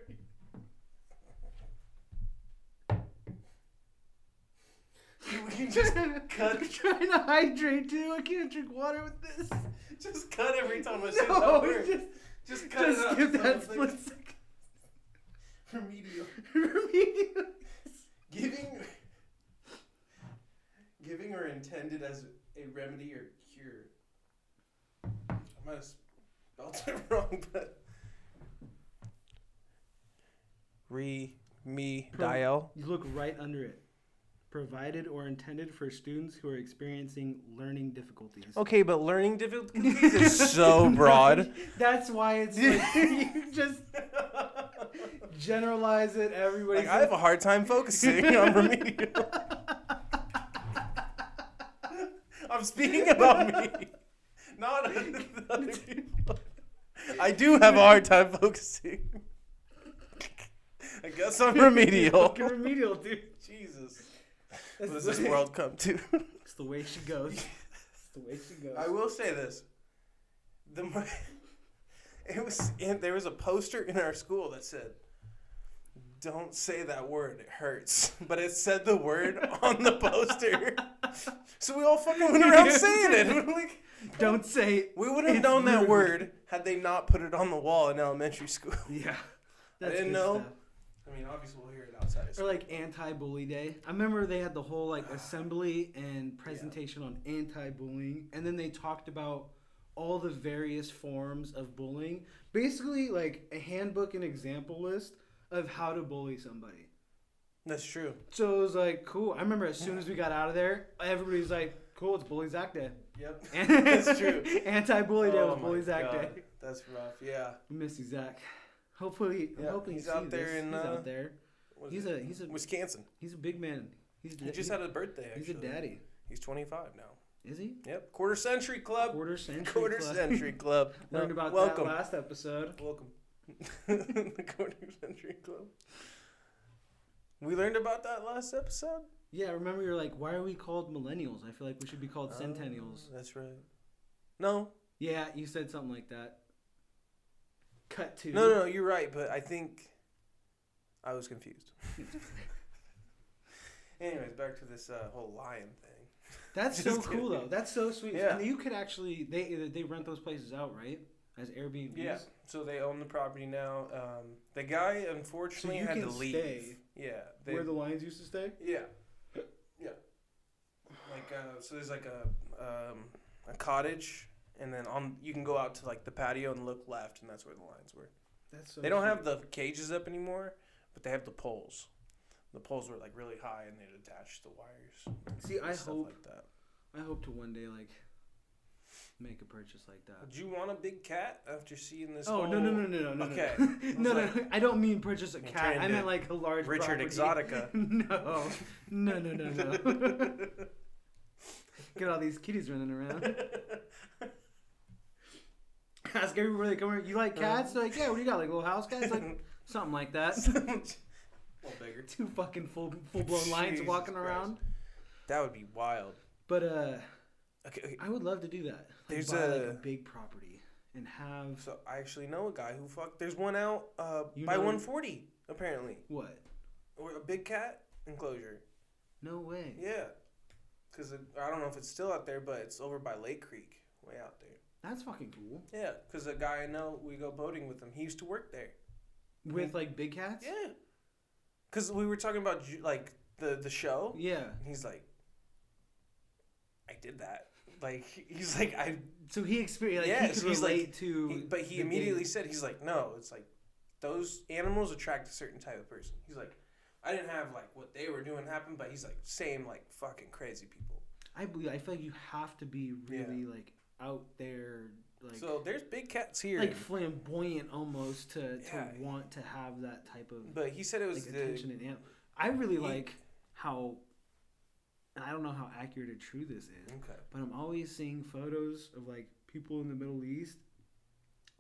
S2: You- you just cut,
S1: I'm trying to hydrate too. I can't drink water with this.
S2: just cut every time I say that
S1: No,
S2: word.
S1: just
S2: Just cut it
S1: just
S2: out.
S1: skip
S2: so
S1: that
S2: it's like
S1: split second.
S2: remedial.
S1: Remedial.
S2: Giving, giving or intended as a remedy or cure. I might have spelled it wrong, but re me dial.
S1: You look right under it. Provided or intended for students who are experiencing learning difficulties.
S2: Okay, but learning difficulties is Oh, so broad.
S1: That's why it's like, you just generalize it. Everybody.
S2: Like I have a hard time focusing on remedial. I'm speaking about me, not other other people. I do have a hard time focusing. I guess I'm remedial.
S1: Fucking remedial, dude.
S2: Jesus,
S1: That's,
S2: what does
S1: the
S2: this
S1: way-
S2: world come to?
S1: It's the way she goes. It's the way she goes.
S2: I will say this: the mo- It was and there was a poster in our school that said, "Don't say that word. It hurts." But it said the word on the poster. so we all fucking went around saying it. We're like,
S1: Don't say it.
S2: we would have
S1: It's
S2: known that
S1: rude.
S2: word had they not put it on the wall in elementary school.
S1: Yeah.
S2: didn't know. I mean, obviously we'll hear it outside. of
S1: Or
S2: school.
S1: like anti-bully day. I remember they had the whole like assembly and presentation on anti-bullying, and then they talked about all the various forms of bullying. Basically, like a handbook and example list of how to bully somebody.
S2: That's true.
S1: So it was like cool. I remember as soon as we got out of there, everybody's like, "Cool, it's Bully Zach Day."
S2: Yep. That's true. Oh
S1: Anti-bully day was
S2: my
S1: Bully Zach
S2: God,
S1: Day.
S2: That's rough. Yeah.
S1: We miss you, Zach. Hopefully, I'm
S2: Yeah,
S1: hoping
S2: he's
S1: you
S2: out
S1: see
S2: there
S1: this.
S2: in,
S1: he's
S2: uh,
S1: out there.
S2: What is
S1: He's
S2: it?
S1: a he's a
S2: Wisconsin.
S1: he's a big man. He's
S2: He just had a birthday. Actually.
S1: he's a daddy.
S2: He's 25 now.
S1: Is he?
S2: Yep. Quarter century club.
S1: Quarter century.
S2: Quarter
S1: club.
S2: century club.
S1: Learned about
S2: Welcome.
S1: that last episode.
S2: Welcome. the quarter century club. We learned about that last episode.
S1: Yeah, I remember you're like, why are we called millennials? I feel like we should be called centennials.
S2: Oh, that's right. No,
S1: Yeah, you said something like that. Cut to
S2: no, no, no, you're right, but I think I was confused. Anyways, back to this uh, whole lion thing.
S1: That's so
S2: Just
S1: cool
S2: kidding.
S1: though. That's so sweet.
S2: Yeah.
S1: And you could actually they they rent those places out, right? As Airbnbs.
S2: Yeah. So they own the property now. Um, the guy unfortunately
S1: you
S2: had
S1: can
S2: to leave.
S1: stay
S2: yeah. They,
S1: Where the lions used to stay.
S2: yeah. Yeah. Like uh, so, there's like a um, a cottage, and then on you can go out to like the patio and look left, and that's where the lines were.
S1: That's so.
S2: they don't
S1: sweet.
S2: have the cages up anymore, but they have the poles. The poles were like really high, and they'd attach the wires.
S1: See, I
S2: and stuff
S1: hope
S2: like that.
S1: I hope to one day like make a purchase like that.
S2: Would you want a big cat after seeing this?
S1: Oh
S2: whole
S1: no no no no no no
S2: Okay.
S1: no
S2: I was
S1: no, no,
S2: like-
S1: I don't mean purchase a
S2: You're
S1: cat. I
S2: trying to
S1: meant like a large
S2: Richard
S1: property.
S2: Exotica.
S1: no no no no no. Get all these kitties running around. Ask everybody where they come. from. You like
S2: Uh.
S1: cats? They're like, yeah. What do you got? Like a little house cats? Like something like that.
S2: a little bigger.
S1: Two fucking full full blown lions
S2: Jesus
S1: walking
S2: Christ.
S1: around.
S2: That would be wild.
S1: But uh,
S2: Okay, okay.
S1: I would love to do that. Like,
S2: There's
S1: buy, like,
S2: a-
S1: a big property and have
S2: So I actually know a guy who fucked. There's one out uh,
S1: You
S2: by
S1: know-
S2: 140 apparently,
S1: what?
S2: or a big cat enclosure.
S1: No way.
S2: Yeah, because I don't know if it's still out there, but it's over by Lake Creek, way out there.
S1: That's fucking cool.
S2: Yeah, because a guy I know, we go boating with him. He used to work there.
S1: With like big cats.
S2: Yeah, because we were talking about ju- like the the show.
S1: Yeah.
S2: And he's like, I did that. Like he's like I
S1: So he experienced. Like,
S2: Yeah,
S1: he could
S2: so he's, like-
S1: relate to.
S2: He, but
S1: the
S2: he immediately
S1: big-
S2: said, he's like, no, it's like those animals attract a certain type of person. He's like, I didn't have like what they were doing happen, but he's like, same like fucking crazy people.
S1: I believe. I feel like you have to be really like out there. Like,
S2: so there's big cats here.
S1: like flamboyant almost to, to
S2: Yeah.
S1: want to have that type of
S2: but he said it was
S1: like
S2: the,
S1: attention and amp. I really
S2: he-
S1: like how and I don't know how accurate or true this is,
S2: okay.
S1: but I'm always seeing photos of like people in the Middle East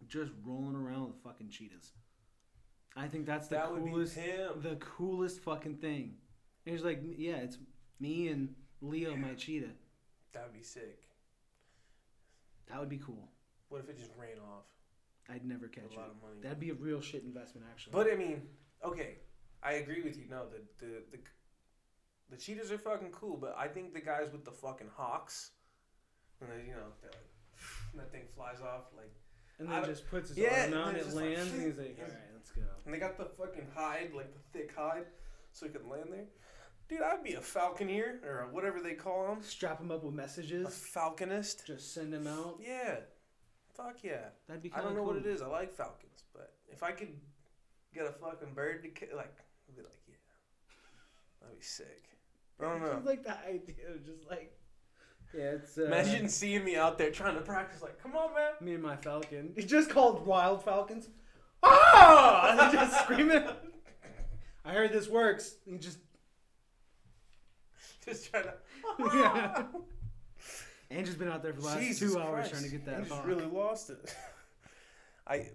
S1: just rolling around with fucking cheetahs. I think that's the
S2: that
S1: coolest
S2: would be him.
S1: the coolest fucking thing. And it's like yeah, it's me and Leo my cheetah.
S2: That would be sick.
S1: That would be cool.
S2: What if it just ran off?
S1: I'd never
S2: A
S1: catch
S2: lot
S1: it.
S2: of money.
S1: That'd be a real shit investment actually.
S2: But I mean, okay, I agree with you. No, the the the the cheetahs are fucking cool, but I think the guys with the fucking hawks, and they you know they're like, and that thing flies off like,
S1: And
S2: I
S1: then
S2: don't-
S1: just puts his
S2: Yeah, and
S1: arm out and
S2: then it's
S1: it
S2: just like-
S1: lands and he's like, Alright, let's go.
S2: and they got the fucking hide like the thick hide, so it can land there. Dude, I'd be a falconeer or whatever they call them,
S1: Strap him up with
S2: a
S1: messages,
S2: falconist.
S1: just send him out.
S2: Yeah, fuck yeah.
S1: That'd be
S2: I
S1: kind
S2: don't
S1: of
S2: know
S1: cool.
S2: what it is. I like falcons, but if I could get a fucking bird to ki- like, I'd be like, yeah, that'd be sick. I don't know.
S1: Just like the idea of just like, yeah, it's. Uh,
S2: Imagine seeing me out there trying to practice, like, come on, man.
S1: me and my falcon. It's just called wild falcons.
S2: Ah!
S1: They're just screaming. I heard this works. You just
S2: Just trying to.
S1: yeah. Angie's been out there for the last
S2: Jesus
S1: two hours
S2: Christ.
S1: trying to get
S2: You
S1: that
S2: just
S1: hawk.
S2: really lost it. I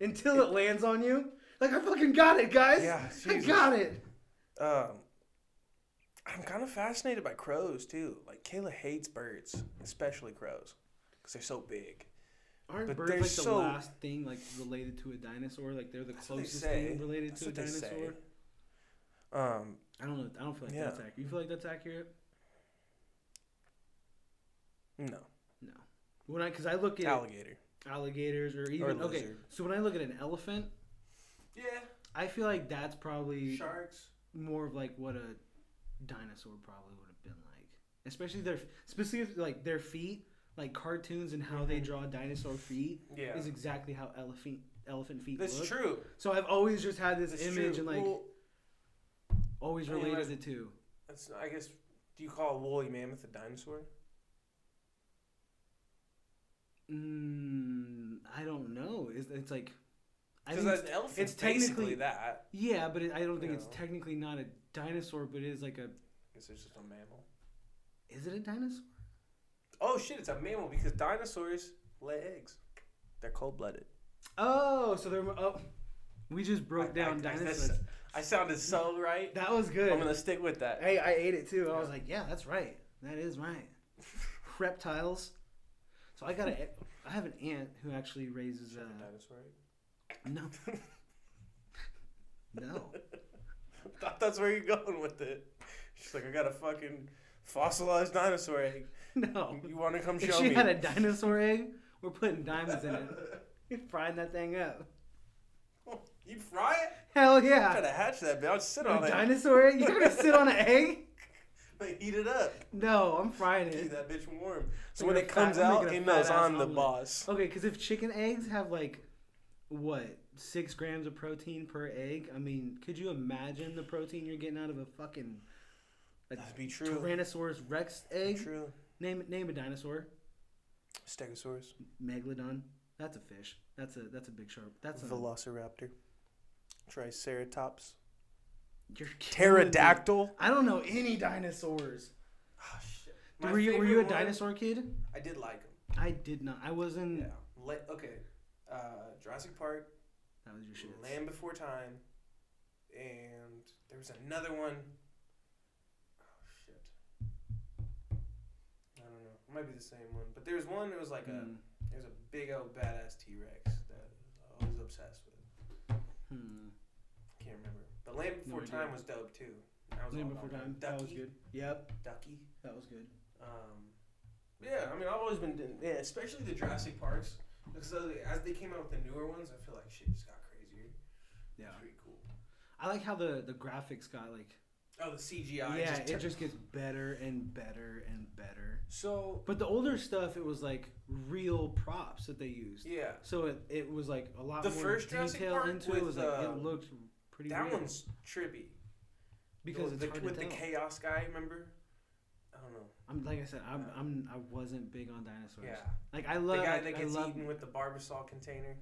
S1: until it lands on you. Like I fucking got it, guys.
S2: Yeah,
S1: I
S2: Jesus.
S1: got it.
S2: um, I'm kind of fascinated by crows too. Like Kayla hates birds, especially crows, because they're so big.
S1: Aren't
S2: But
S1: birds
S2: they're
S1: like the
S2: so-
S1: last thing like related to a dinosaur? Like they're the
S2: That's what they
S1: closest
S2: say.
S1: thing related
S2: That's
S1: to a
S2: what they say.
S1: dinosaur.
S2: Um,
S1: I don't know. I don't feel like
S2: Yeah.
S1: that's accurate. You feel like that's accurate?
S2: no,
S1: No. When I because I look at
S2: alligator
S1: alligators or
S2: or
S1: even
S2: lizard.
S1: okay. So when I look at an elephant,
S2: Yeah,
S1: I feel like that's probably
S2: sharks.
S1: more of like what a dinosaur probably would have been like, especially their specifically like their feet, like cartoons and how they
S2: Mhm.
S1: draw dinosaur feet
S2: Yeah,
S1: is exactly how elephant elephant feet
S2: that's
S1: look.
S2: true.
S1: So I've always just had this
S2: That's
S1: image and
S2: true.
S1: like
S2: Well,
S1: always
S2: I mean,
S1: related
S2: like-
S1: the two.
S2: that's, I guess. Do you call a woolly mammoth a dinosaur?
S1: Mm, I don't know. It's, it's like I
S2: Because
S1: think
S2: an
S1: it's,
S2: elephant
S1: it's
S2: it's
S1: technically-
S2: basically that.
S1: yeah, but it, I don't think it's
S2: No.
S1: technically not a dinosaur, but it is like a
S2: I guess it's just a mammal.
S1: is it a dinosaur?
S2: Oh shit! It's a mammal because dinosaurs lay eggs. They're cold blooded.
S1: Oh, so they're oh, we just broke down dinosaurs.
S2: I sounded so right.
S1: that was good.
S2: I'm gonna stick with that.
S1: Hey, I ate it too. I was
S2: Yeah.
S1: like, yeah, that's right. That is right. Reptiles. So I got a, I have an aunt who actually raises
S2: Shepherd
S1: uh,
S2: dinosaur.
S1: no, no.
S2: Thought that's where you're going with it. She's like, I got a fucking fossilized dinosaur egg.
S1: No.
S2: You want to come
S1: If
S2: show
S1: she
S2: me?
S1: had a dinosaur egg, we're putting diamonds in it. You're frying that thing up.
S2: you fry it?
S1: Hell
S2: I try
S1: yeah.
S2: to hatch that, bitch. I'll sit
S1: A
S2: on it.
S1: dinosaur egg? You're gonna sit on an egg?
S2: Like, eat it up.
S1: No, I'm frying
S2: Keep
S1: it.
S2: that bitch warm. So
S1: Like
S2: when
S1: a
S2: it
S1: fat-
S2: comes
S1: I'm
S2: out,
S1: making a
S2: it knows
S1: fat-ass
S2: I'm the
S1: omelet.
S2: boss.
S1: Okay, because if chicken eggs have like what six grams of protein per egg, I mean, could you imagine the protein you're getting out of a fucking
S2: That'd be true.
S1: Tyrannosaurus Rex egg?
S2: True.
S1: Name name a dinosaur.
S2: Stegosaurus.
S1: Megalodon. That's a fish. That's a that's a big shark. That's a
S2: Velociraptor. Triceratops.
S1: you're killing me.
S2: Pterodactyl.
S1: I don't know any dinosaurs.
S2: Oh, shit.
S1: Were you were you a dinosaur Hmm. kid?
S2: I did like him.
S1: I did not. I wasn't.
S2: Yeah. La- okay. Uh, Jurassic Park.
S1: That was your shit.
S2: Land Before Time, and there was another one. Oh shit! I don't know. It might be the same one, but there was one that was like a
S1: Mm,
S2: there was a big old badass T Rex that I was obsessed with.
S1: hmm.
S2: Can't remember. But Land
S1: No
S2: Before
S1: idea.
S2: Time was dope too. That was
S1: Land
S2: all
S1: Before
S2: about
S1: Time.
S2: that.
S1: That
S2: Ducky,
S1: was good. Yep,
S2: Ducky.
S1: that was good.
S2: Um, yeah, I mean, I've always been, yeah, especially the Jurassic Parks, because as they- as they came out with the newer ones, I feel like shit just got crazier.
S1: Yeah.
S2: It's pretty cool.
S1: I like how the the graphics got like.
S2: Oh, the CGI.
S1: yeah,
S2: just
S1: it just gets better and better and better.
S2: So
S1: But the older stuff, it was like real props that they used.
S2: yeah,
S1: So it, it was like a lot
S2: The
S1: more
S2: first Jurassic
S1: detail
S2: Park
S1: into it. It
S2: with,
S1: was like
S2: uh,
S1: it looked pretty
S2: that
S1: real
S2: one's trippy
S1: because
S2: with
S1: it's
S2: the,
S1: hard
S2: with
S1: to
S2: the
S1: tell.
S2: chaos guy. Remember? I don't know.
S1: I'm like I said, I'm, I'm I wasn't big on dinosaurs.
S2: Yeah,
S1: Like I love
S2: the guy
S1: like,
S2: that
S1: I
S2: gets
S1: love,
S2: eaten with the barbasol container.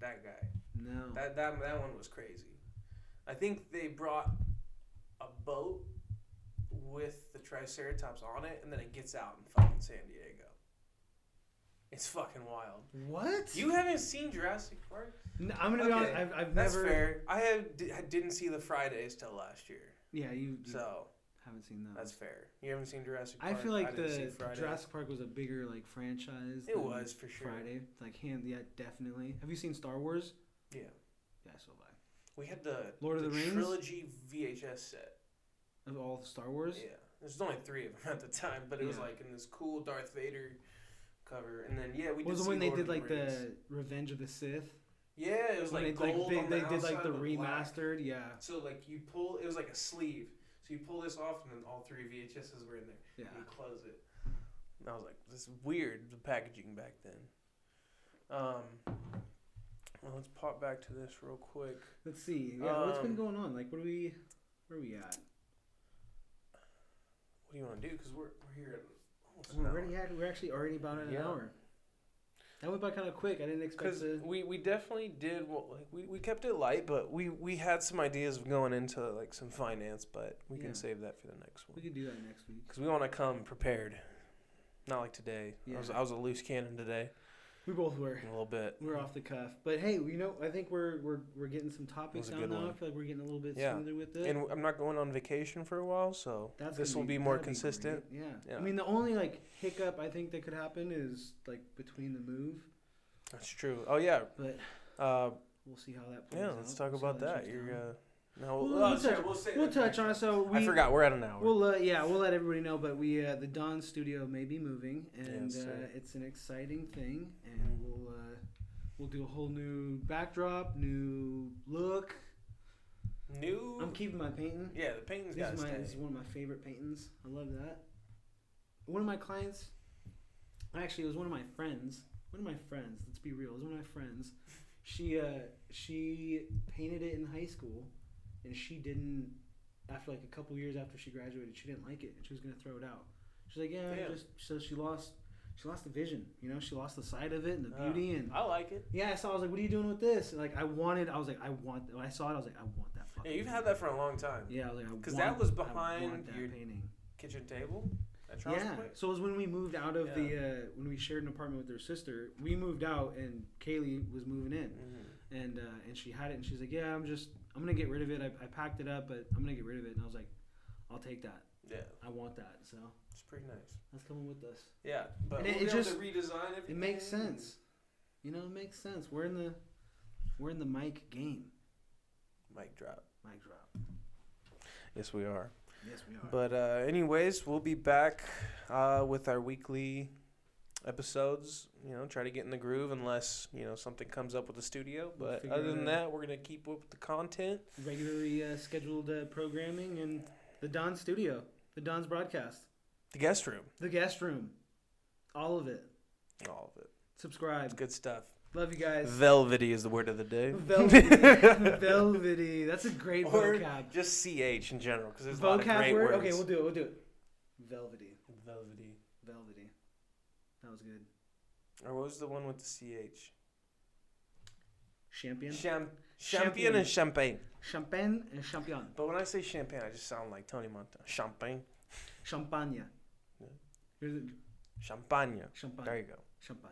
S2: That guy.
S1: No.
S2: That that that one was crazy. I think they brought a boat with the Triceratops on it, and then it gets out in fucking San Diego. It's fucking wild.
S1: what?
S2: You haven't seen Jurassic Park?
S1: N- I'm gonna be honest.
S2: Okay,
S1: I've, I've
S2: That's
S1: never.
S2: fair. I had di- I didn't see the Fridays till last year,
S1: Yeah, you, you
S2: so
S1: haven't seen that.
S2: that's fair. You haven't seen Jurassic
S1: I
S2: Park.
S1: feel like
S2: didn't see
S1: the
S2: Fridays.
S1: Jurassic Park was a bigger like franchise.
S2: It
S1: than
S2: was for sure.
S1: Friday, like hand. Yeah, definitely. Have you seen Star Wars?
S2: Yeah,
S1: Yeah, so have I.
S2: we had the
S1: Lord of the Rings?
S2: trilogy VHS set.
S1: Of all the Star Wars,
S2: Yeah, there's only three of them at the time, but it was
S1: Yeah.
S2: like in this cool Darth Vader cover, and then yeah, we
S1: was
S2: did
S1: it when
S2: see
S1: they
S2: Lord of
S1: did like
S2: Rings.
S1: the Revenge of the Sith?
S2: yeah, it was
S1: When
S2: like
S1: they,
S2: gold
S1: they,
S2: on
S1: they
S2: the
S1: did like the
S2: outside with black.
S1: remastered. Yeah,
S2: So like you pull, it was like a sleeve. So you pull this off, and then all three VHSs were in there.
S1: yeah.
S2: and you close it. And I was like, this is weird, the packaging back then. Um, well, let's pop back to this real quick.
S1: Let's see. Yeah, what's been
S2: Um,
S1: going on? Like, what are we? Where are we at?
S2: What do you want to do? Because we're, we're here at
S1: We're
S2: almost
S1: already at. We're actually already about at an
S2: Yeah.
S1: hour. That went by kind of quick. I didn't expect
S2: Because
S1: to.
S2: we, we definitely did what like we, we kept it light, but we, we had some ideas of going into like some finance, but we
S1: Yeah.
S2: can save that for the next
S1: We
S2: one
S1: could do that next week.
S2: because we want to come prepared. Not like today. I was
S1: Yeah.
S2: I was a loose cannon today
S1: We both were.
S2: a little bit.
S1: We're off the cuff, but hey, you know, I think we're we're, we're getting some topics
S2: a
S1: down
S2: good
S1: now. I
S2: one.
S1: feel like we're getting a little bit
S2: Yeah.
S1: smoother with it.
S2: And I'm not going on vacation for a while, so
S1: That's
S2: this
S1: gonna
S2: will be more
S1: that'd
S2: consistent.
S1: great. yeah.
S2: Yeah.
S1: I mean, the only like hiccup I think that could happen is like between the move.
S2: That's true. Oh yeah.
S1: But
S2: Uh,
S1: we'll see how that plays
S2: yeah.
S1: out.
S2: Let's talk
S1: We'll see how
S2: about that.
S1: shakes
S2: You're.
S1: down.
S2: Uh, no.
S1: We'll-
S2: We'll,
S1: we'll
S2: oh,
S1: touch-
S2: sure, we'll say
S1: we'll
S2: that.
S1: touch on it. So we
S2: I forgot. We're at an hour.
S1: We'll uh, yeah, we'll let everybody know. But we uh, the Don Studio may be moving, and
S2: Yes,
S1: uh,
S2: sir.
S1: it's an exciting thing. And we'll uh, we'll do a whole new backdrop, new look.
S2: New.
S1: I'm keeping my painting.
S2: yeah, the painting's
S1: This
S2: got
S1: is,
S2: to
S1: my,
S2: stay.
S1: this is one of my favorite paintings. I love that. One of my clients, actually, it was one of my friends. One of my friends. Let's be real. It was one of my friends. She uh, she painted it in high school, and she didn't. After like a couple years after she graduated, she didn't like it, and she was gonna throw it out. She's like, yeah, I
S2: Damn.
S1: just so she lost. She lost the vision, you know. She lost the sight of it and the
S2: Oh,
S1: beauty, and
S2: I like it.
S1: yeah. So I was like, "What are you doing with this?" And, like I wanted, I was like, "I want." When I saw it, I was like, "I want that."
S2: Yeah,
S1: Fucking
S2: you've
S1: thing."
S2: had that for a long time.
S1: Yeah, I was like, I
S2: 'Cause that
S1: want-
S2: was
S1: I
S2: behind
S1: want that
S2: your-
S1: painting.
S2: Kitchen table. At Charles
S1: Yeah.
S2: Place?
S1: So it was when we moved out of
S2: Yeah.
S1: the uh, when we shared an apartment with her sister. We moved out, and Kaylee was moving in,
S2: Mhm.
S1: and uh, and she had it, and she's like, "Yeah, I'm just I'm gonna get rid of it. I, I packed it up, but I'm gonna get rid of it." And I was like, "I'll take that.
S2: Yeah,
S1: I want that." So
S2: it's pretty nice.
S1: that's coming with us.
S2: Yeah, but
S1: And it-
S2: we'll be
S1: it
S2: able
S1: just-
S2: to redesign
S1: It
S2: everything.
S1: makes sense. You know, it makes sense. We're in the we're in the mic game.
S2: Mic drop.
S1: Mic drop.
S2: Yes, we are.
S1: Yes, we are.
S2: But uh, anyways, we'll be back uh, with our weekly episodes. You know, try to get in the groove unless you know something comes up with the studio.
S1: We'll
S2: But
S1: figure
S2: other than
S1: it
S2: that, we're gonna keep up with the content.
S1: Regularly uh, scheduled uh, programming and the Don Studio, the Don's broadcast,
S2: The guest room,
S1: the guest room, all of it.
S2: all of it. It's
S1: Subscribe.
S2: good stuff.
S1: Love you guys.
S2: Velvety is the word of the day.
S1: Velvety. Velvety. That's a great
S2: Or
S1: vocab.
S2: just ch in general because there's a lot of
S1: Vocab
S2: great
S1: word?
S2: words.
S1: Okay, we'll do it. We'll do it. Velvety.
S2: Velvety.
S1: Velvety. That was good.
S2: Or what was the one with the ch?
S1: Champion.
S2: Cham- champion and champagne.
S1: Champagne and champion.
S2: But when I say champagne, I just sound like Tony Montana. Champagne,
S1: Champagne.
S2: Yeah.
S1: Here's a-
S2: champagne. There
S1: Champagne.
S2: you go.
S1: Champagne.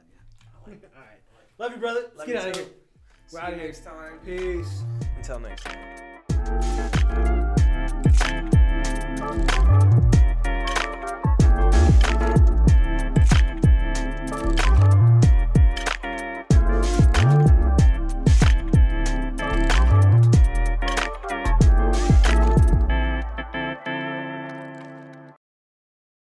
S1: All right. Love you, brother. Let's
S2: Love
S1: get
S2: you
S1: out of
S2: too.
S1: here.
S2: See
S1: We're outta
S2: you
S1: here.
S2: next time.
S1: Peace.
S2: Until next time.